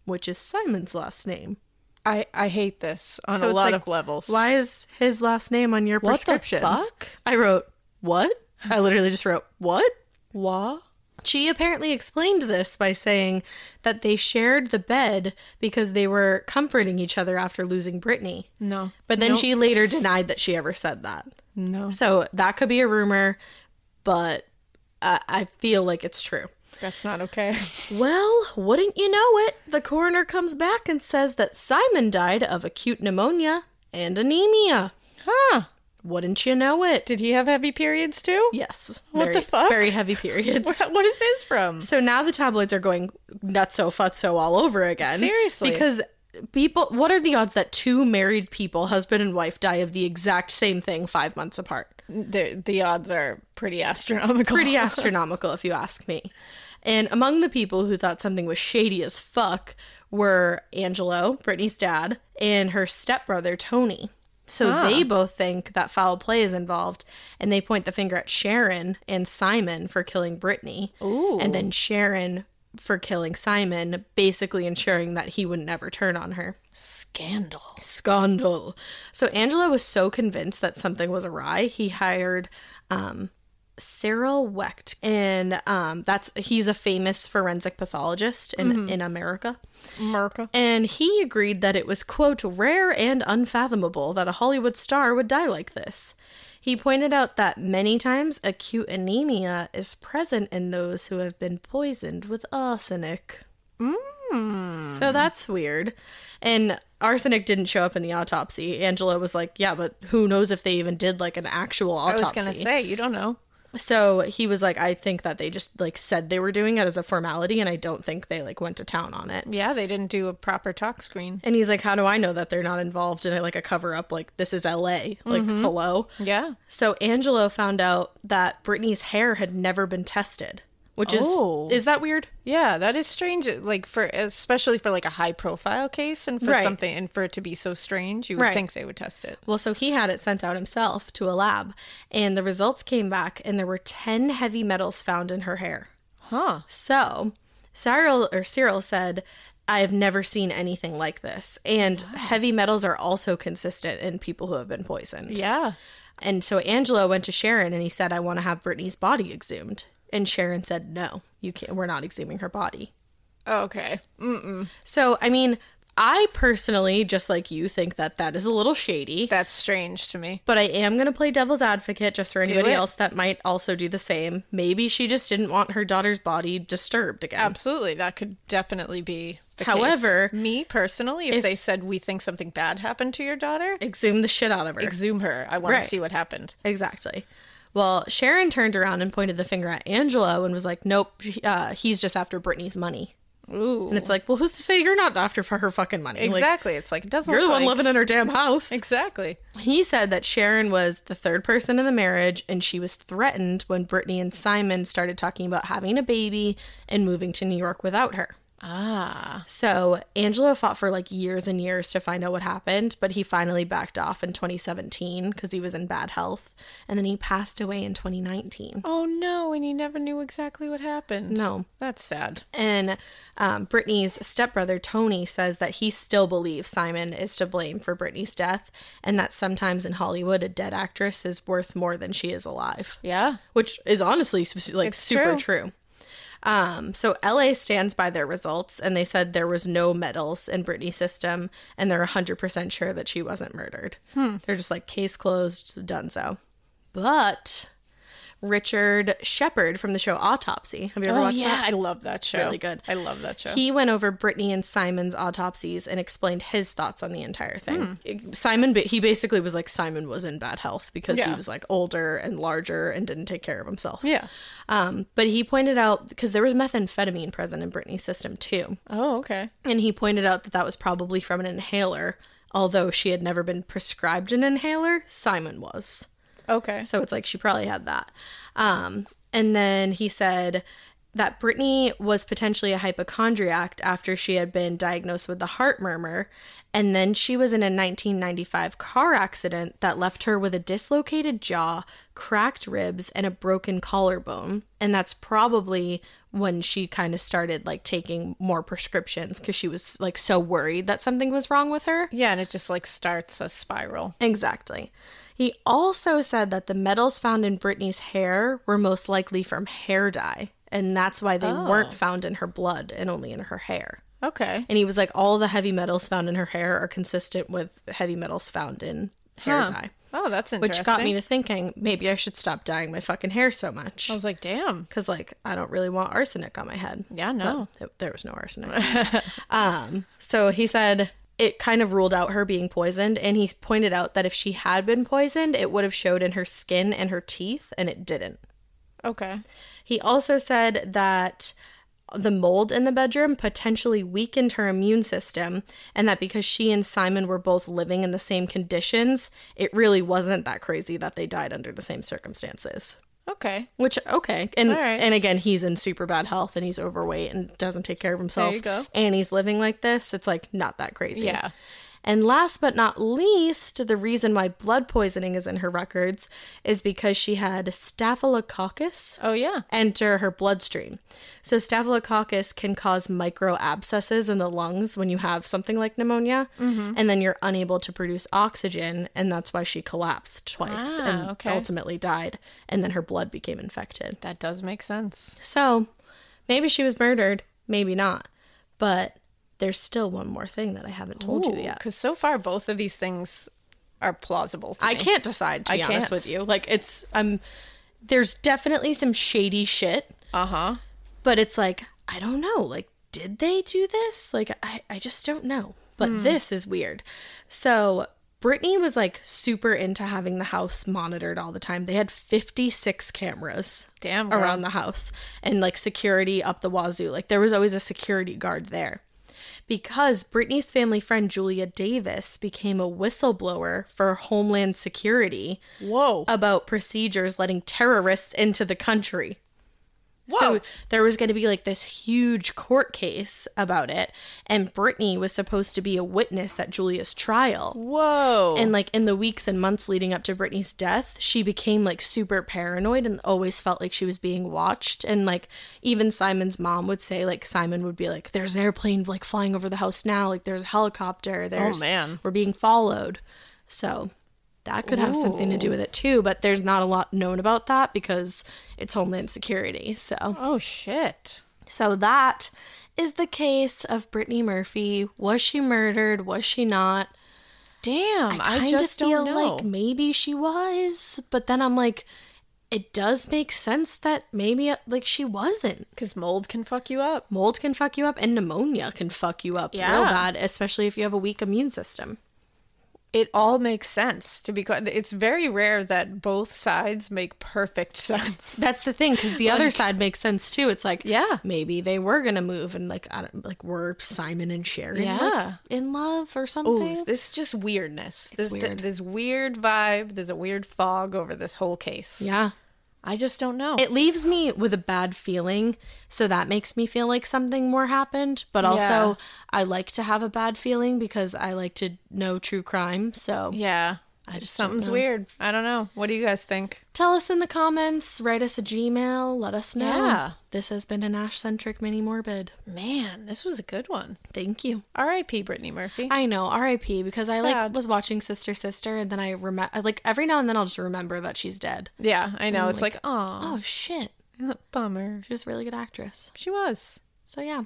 [SPEAKER 3] which is Simon's last name.
[SPEAKER 2] I I hate this on
[SPEAKER 3] So
[SPEAKER 2] a
[SPEAKER 3] it's
[SPEAKER 2] lot
[SPEAKER 3] like,
[SPEAKER 2] of levels.
[SPEAKER 3] Why is his last name on your
[SPEAKER 2] What the
[SPEAKER 3] prescriptions?
[SPEAKER 2] fuck?
[SPEAKER 3] I wrote, what? I literally just wrote, what?
[SPEAKER 2] Why?
[SPEAKER 3] She apparently explained this by saying that they shared the bed because they were comforting each other after losing Brittany.
[SPEAKER 2] No.
[SPEAKER 3] But then
[SPEAKER 2] Nope.
[SPEAKER 3] she later denied that she ever said that.
[SPEAKER 2] No.
[SPEAKER 3] So that could be a rumor, but I, I feel like it's true.
[SPEAKER 2] That's not okay.
[SPEAKER 3] Well, wouldn't you know it? The coroner comes back and says that Simon died of acute pneumonia and anemia.
[SPEAKER 2] Huh.
[SPEAKER 3] Wouldn't you know it?
[SPEAKER 2] Did he have heavy periods too?
[SPEAKER 3] yes.
[SPEAKER 2] What
[SPEAKER 3] very,
[SPEAKER 2] the fuck?
[SPEAKER 3] Very heavy periods.
[SPEAKER 2] What is his from?
[SPEAKER 3] So now the tabloids are going nutso futso all over again.
[SPEAKER 2] Seriously.
[SPEAKER 3] Because people, what are the odds that two married people, husband and wife, die of the exact same thing five months apart?
[SPEAKER 2] The, the odds are pretty astronomical.
[SPEAKER 3] Pretty astronomical, if you ask me. And among the people who thought something was shady as fuck were Angelo, Brittany's dad, and her stepbrother, Tony. So
[SPEAKER 2] Ah.
[SPEAKER 3] they both think that foul play is involved, and they point the finger at Sharon and Simon for killing Brittany. And then Sharon for killing Simon, basically ensuring that he would never turn on her.
[SPEAKER 2] scandal.
[SPEAKER 3] Scandal. So Angela was so convinced that something was awry, he hired um, Cyril Wecht, and um, that's he's a famous forensic pathologist in
[SPEAKER 2] Mm-hmm.
[SPEAKER 3] in America.
[SPEAKER 2] Merca.
[SPEAKER 3] And he agreed that it was, quote, rare and unfathomable that a Hollywood star would die like this. He pointed out that many times acute anemia is present in those who have been poisoned with arsenic.
[SPEAKER 2] Mm.
[SPEAKER 3] So that's weird. And arsenic didn't show up in the autopsy. Angela was like, yeah, but who knows if they even did like an actual
[SPEAKER 2] I was
[SPEAKER 3] autopsy.
[SPEAKER 2] gonna say you don't know.
[SPEAKER 3] So he was like, I think that they just like said they were doing it as a formality and I don't think they like went to town on it.
[SPEAKER 2] Yeah, they didn't do a proper talk screen.
[SPEAKER 3] And he's like, How do I know that they're not involved in like a cover up? Like, this is LA. Like, hello.
[SPEAKER 2] Mm-hmm. Yeah.
[SPEAKER 3] So Angelo found out that Britney's hair had never been tested, which is,
[SPEAKER 2] Oh.
[SPEAKER 3] is that weird?
[SPEAKER 2] Yeah, that is strange. Like for especially for like a high profile case and for
[SPEAKER 3] Right.
[SPEAKER 2] something and for it to be so strange, you would
[SPEAKER 3] Right.
[SPEAKER 2] think they would test it.
[SPEAKER 3] Well, so he had it sent out himself to a lab, and the results came back, and there were 10 heavy metals found in her hair.
[SPEAKER 2] Huh.
[SPEAKER 3] So Cyril or Cyril said, I've never seen anything like this. And heavy metals are also consistent in people who have been poisoned.
[SPEAKER 2] Yeah.
[SPEAKER 3] And so Angelo went to Sharon and he said, I want to have Brittany's body exhumed. And Sharon said, No, you can't. We're not exhuming her body.
[SPEAKER 2] Okay.
[SPEAKER 3] So, I mean, I personally, just like you, think that that is a little shady.
[SPEAKER 2] That's strange to me.
[SPEAKER 3] But I am going to play devil's advocate just for anybody
[SPEAKER 2] it.
[SPEAKER 3] else that might also do the same. Maybe she just didn't want her daughter's body disturbed again.
[SPEAKER 2] Absolutely, that could definitely be. The case.
[SPEAKER 3] However,
[SPEAKER 2] me personally, if,
[SPEAKER 3] if-
[SPEAKER 2] they said we think something bad happened to your daughter,
[SPEAKER 3] Exhume the shit out of her.
[SPEAKER 2] exhume her. I want
[SPEAKER 3] Right.
[SPEAKER 2] to see what happened.
[SPEAKER 3] Exactly. Well, Sharon turned around and pointed the finger at Angelo and was like, nope, uh, he's just after Brittany's money.
[SPEAKER 2] Ooh,
[SPEAKER 3] And it's like, well, who's to say you're not after for her fucking money? Like,
[SPEAKER 2] exactly. it's like it doesn't.
[SPEAKER 3] you're the
[SPEAKER 2] look
[SPEAKER 3] one
[SPEAKER 2] like-
[SPEAKER 3] living in her damn house.
[SPEAKER 2] Exactly.
[SPEAKER 3] He said that Sharon was the third person in the marriage and she was threatened when Brittany and Simon started talking about having a baby and moving to New York without her. Ah. So Angelo fought for like years and years to find out what happened, but he finally backed off in 2017 because he was in bad health. And then he passed away in 2019.
[SPEAKER 2] Oh no, and he never knew exactly what happened.
[SPEAKER 3] No.
[SPEAKER 2] that's sad.
[SPEAKER 3] And um, Brittany's stepbrother, Tony, says that he still believes Simon is to blame for Brittany's death and that sometimes in Hollywood, a dead actress is worth more than she is alive,
[SPEAKER 2] Yeah.
[SPEAKER 3] which is honestly s- like
[SPEAKER 2] It's
[SPEAKER 3] super
[SPEAKER 2] true.
[SPEAKER 3] true. Um, so LA stands by their results and they said there was no metals in Brittany's system and they're 100% sure that
[SPEAKER 2] Hmm.
[SPEAKER 3] she wasn't murdered. They're just like case closed, done so. But Richard Shepard from the show Autopsy. Have you ever
[SPEAKER 2] Oh
[SPEAKER 3] watched
[SPEAKER 2] yeah,
[SPEAKER 3] that?
[SPEAKER 2] I love that show.
[SPEAKER 3] really good.
[SPEAKER 2] I love that show.
[SPEAKER 3] He went over Brittany and Simon's autopsies and explained his thoughts on the entire
[SPEAKER 2] Hmm.
[SPEAKER 3] thing. Simon, ba- he basically was like Simon was in bad health because he
[SPEAKER 2] Yeah.
[SPEAKER 3] was like older and larger and didn't take care of himself.
[SPEAKER 2] yeah.
[SPEAKER 3] Um, but he pointed out because there was methamphetamine present in Brittany's system too,
[SPEAKER 2] Oh okay.
[SPEAKER 3] and he pointed out that that was probably from an inhaler, although she had never been prescribed an inhaler. Simon was.
[SPEAKER 2] Okay.
[SPEAKER 3] So it's like she probably had that. Um, and then he said that Brittany was potentially a hypochondriac after she had been diagnosed with the heart murmur. And then she was in a 1995 car accident that left her with a dislocated jaw, cracked ribs, and a broken collarbone. And that's probably when she kind of started like taking more prescriptions because she was like so worried that something was wrong with her.
[SPEAKER 2] Yeah, and it just like starts a spiral.
[SPEAKER 3] Exactly. He also said that the metals found in Britney's hair were most likely from hair dye, and that's why they
[SPEAKER 2] Oh.
[SPEAKER 3] weren't found in her blood and only in her hair.
[SPEAKER 2] Okay.
[SPEAKER 3] And he was like, all the heavy metals found in her hair are consistent with heavy metals found in hair dye.
[SPEAKER 2] Oh, that's interesting.
[SPEAKER 3] Which got me to thinking maybe I should stop dyeing my fucking hair so much.
[SPEAKER 2] I was like, damn.
[SPEAKER 3] Because, like, I don't really want arsenic on my head.
[SPEAKER 2] Yeah, no.
[SPEAKER 3] But th- there was no arsenic. um, so he said it kind of ruled out her being poisoned. And he pointed out that if she had been poisoned, it would have showed in her skin and her teeth, and it didn't.
[SPEAKER 2] Okay.
[SPEAKER 3] He also said that the mold in the bedroom potentially weakened her immune system, and that because she and Simon were both living in the same conditions, it really wasn't that crazy that they died under the same circumstances.
[SPEAKER 2] Okay.
[SPEAKER 3] Which okay, and
[SPEAKER 2] right.
[SPEAKER 3] and again, he's in super bad health and he's overweight and doesn't take care of himself.
[SPEAKER 2] you go.
[SPEAKER 3] And he's living like this. It's like not that crazy.
[SPEAKER 2] Yeah.
[SPEAKER 3] And last but not least, the reason why blood poisoning is in her records is because she had staphylococcus
[SPEAKER 2] Oh yeah.
[SPEAKER 3] enter her bloodstream. So staphylococcus can cause micro abscesses in the lungs when you have something like pneumonia,
[SPEAKER 2] Mm-hmm.
[SPEAKER 3] and then you're unable to produce oxygen, and that's why she collapsed twice
[SPEAKER 2] Ah,
[SPEAKER 3] and
[SPEAKER 2] okay.
[SPEAKER 3] ultimately died, and then her blood became infected.
[SPEAKER 2] That does make sense.
[SPEAKER 3] So maybe she was murdered, maybe not, but there's still one more thing that I haven't told you yet.
[SPEAKER 2] Because so far, both of these things are plausible. To
[SPEAKER 3] I
[SPEAKER 2] me.
[SPEAKER 3] can't decide to be
[SPEAKER 2] I
[SPEAKER 3] honest
[SPEAKER 2] can't.
[SPEAKER 3] with you. Like it's I'm there's definitely some shady shit
[SPEAKER 2] Uh huh.
[SPEAKER 3] but it's like i don't know like did they do this like i, I just don't know but
[SPEAKER 2] Hmm.
[SPEAKER 3] this is weird so brittany was like super into having the house monitored all the time they had 56 cameras
[SPEAKER 2] Damn. Girl.
[SPEAKER 3] around the house and like security up the wazoo like there was always a security guard there because Britney's family friend Julia Davis became a whistleblower for Homeland Security
[SPEAKER 2] Whoa.
[SPEAKER 3] about procedures letting terrorists into the country.
[SPEAKER 2] Whoa.
[SPEAKER 3] So there was going to be like this huge court case about it, and Brittany was supposed to be a witness at Julia's trial.
[SPEAKER 2] Whoa.
[SPEAKER 3] And like in the weeks and months leading up to Brittany's death, she became like super paranoid and always felt like she was being watched. And like even Simon's mom would say, like Simon would be like, "There's an airplane like flying over the house now. Like there's a helicopter. There's
[SPEAKER 2] Oh, man.
[SPEAKER 3] we're being followed." So that could have something to do with it too. But there's not a lot known about that because it's Homeland Security. So
[SPEAKER 2] oh shit.
[SPEAKER 3] so that is the case of Brittany Murphy. Was she murdered? Was she not?
[SPEAKER 2] Damn. Um, I,
[SPEAKER 3] kind of
[SPEAKER 2] just don't
[SPEAKER 3] feel
[SPEAKER 2] know.
[SPEAKER 3] like maybe she was, but then I'm like, it does make sense that maybe uh, like she wasn't.
[SPEAKER 2] Because mold can fuck you up.
[SPEAKER 3] Mold can fuck you up, and pneumonia can fuck you up real
[SPEAKER 2] Yeah.
[SPEAKER 3] bad, especially if you have a weak immune system.
[SPEAKER 2] It all makes sense to be. quite- It's very rare that both sides make perfect sense.
[SPEAKER 3] That's the thing, because the other side makes sense too. It's like,
[SPEAKER 2] Yeah.
[SPEAKER 3] maybe they were gonna move, and like, I don't like were Simon and Sharon, like,
[SPEAKER 2] Yeah.
[SPEAKER 3] in love or something.
[SPEAKER 2] Ooh, this is just weirdness.
[SPEAKER 3] It's
[SPEAKER 2] this
[SPEAKER 3] weird.
[SPEAKER 2] this weird vibe. There's a weird fog over this whole case.
[SPEAKER 3] yeah,
[SPEAKER 2] I just don't know.
[SPEAKER 3] it leaves me with a bad feeling so that makes me feel like something more happened but also
[SPEAKER 2] Yeah.
[SPEAKER 3] i like to have a bad feeling because i like to know true crime so
[SPEAKER 2] yeah.
[SPEAKER 3] i just don't
[SPEAKER 2] Something's
[SPEAKER 3] know.
[SPEAKER 2] weird. I don't know. What do you guys think?
[SPEAKER 3] tell us in the comments write us a gmail let us know
[SPEAKER 2] Yeah.
[SPEAKER 3] this has been an ash-centric mini morbid
[SPEAKER 2] Man, this was a good one.
[SPEAKER 3] thank you
[SPEAKER 2] R.I.P. Brittany Murphy.
[SPEAKER 3] i know rip because i like
[SPEAKER 2] Sad.
[SPEAKER 3] was watching sister sister and then i remember like every now and then i'll just remember that she's dead
[SPEAKER 2] yeah, I know. It's like, oh,
[SPEAKER 3] oh shit
[SPEAKER 2] bummer.
[SPEAKER 3] she was a really good actress
[SPEAKER 2] She was.
[SPEAKER 3] So yeah.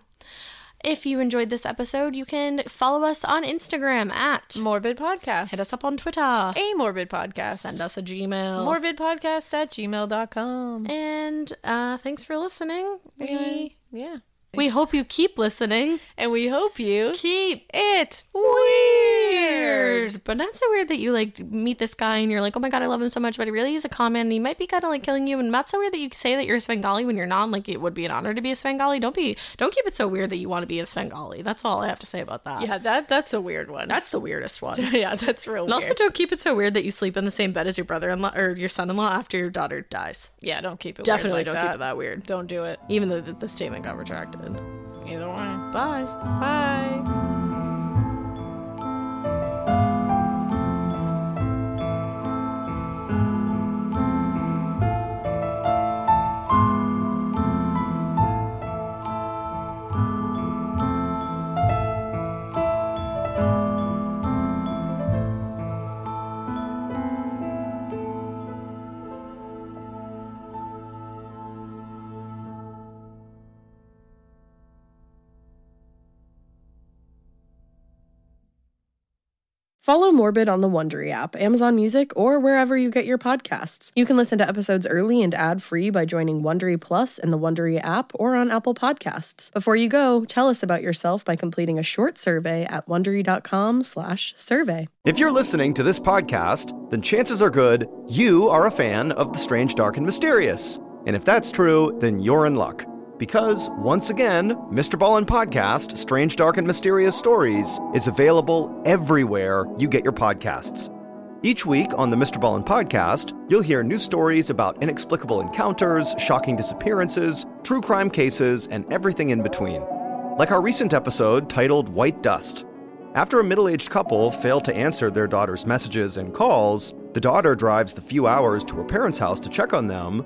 [SPEAKER 3] If you enjoyed this episode, you can follow us on Instagram at
[SPEAKER 2] Morbid podcast.
[SPEAKER 3] hit us up on Twitter.
[SPEAKER 2] A morbid podcast.
[SPEAKER 3] Send us a Gmail.
[SPEAKER 2] morbidpodcast at gmail.com.
[SPEAKER 3] And uh, thanks for listening. We,
[SPEAKER 2] Yeah.
[SPEAKER 3] we hope you keep listening.
[SPEAKER 2] And we hope you
[SPEAKER 3] Keep
[SPEAKER 2] it weird.
[SPEAKER 3] weird. But not so weird that you like meet this guy and you're like, oh my god, I love him so much, but he really is a con man and he might be kind of like killing you. And not so weird that you say that you're a Svengali when you're not. Like it would be an honor to be a Svengali. Don't be, don't keep it so weird that you want to be a Svengali. That's all I have to say about that.
[SPEAKER 2] Yeah, that that's a weird one.
[SPEAKER 3] that's the weirdest one. and
[SPEAKER 2] yeah, that's real weird.
[SPEAKER 3] also, don't keep it so weird that you sleep in the same bed as your brother-in-law or your son-in-law after your daughter dies.
[SPEAKER 2] yeah, don't keep it. weird
[SPEAKER 3] Definitely
[SPEAKER 2] like
[SPEAKER 3] don't keep it that weird.
[SPEAKER 2] Don't do it.
[SPEAKER 3] Even though the, the statement got retracted.
[SPEAKER 2] Either one.
[SPEAKER 3] Bye.
[SPEAKER 2] Bye.
[SPEAKER 1] Follow Morbid on the Wondery app, Amazon Music, or wherever you get your podcasts. You can listen to episodes early and ad-free by joining Wondery Plus in the Wondery app or on Apple Podcasts. Before you go, tell us about yourself by completing a short survey at wondery.com/survey.
[SPEAKER 7] If you're listening to this podcast, then chances are good you are a fan of The Strange, Dark, and Mysterious. And if that's true, then you're in luck. Because, once again, Mr. Ballin Podcast, Strange, Dark, and Mysterious Stories, is available everywhere you get your podcasts. Each week on the Mr. Ballin podcast, you'll hear new stories about inexplicable encounters, shocking disappearances, true crime cases, and everything in between. Like our recent episode titled White Dust. After a middle aged couple failed to answer their daughter's messages and calls, the daughter drives the few hours to her parents' house to check on them.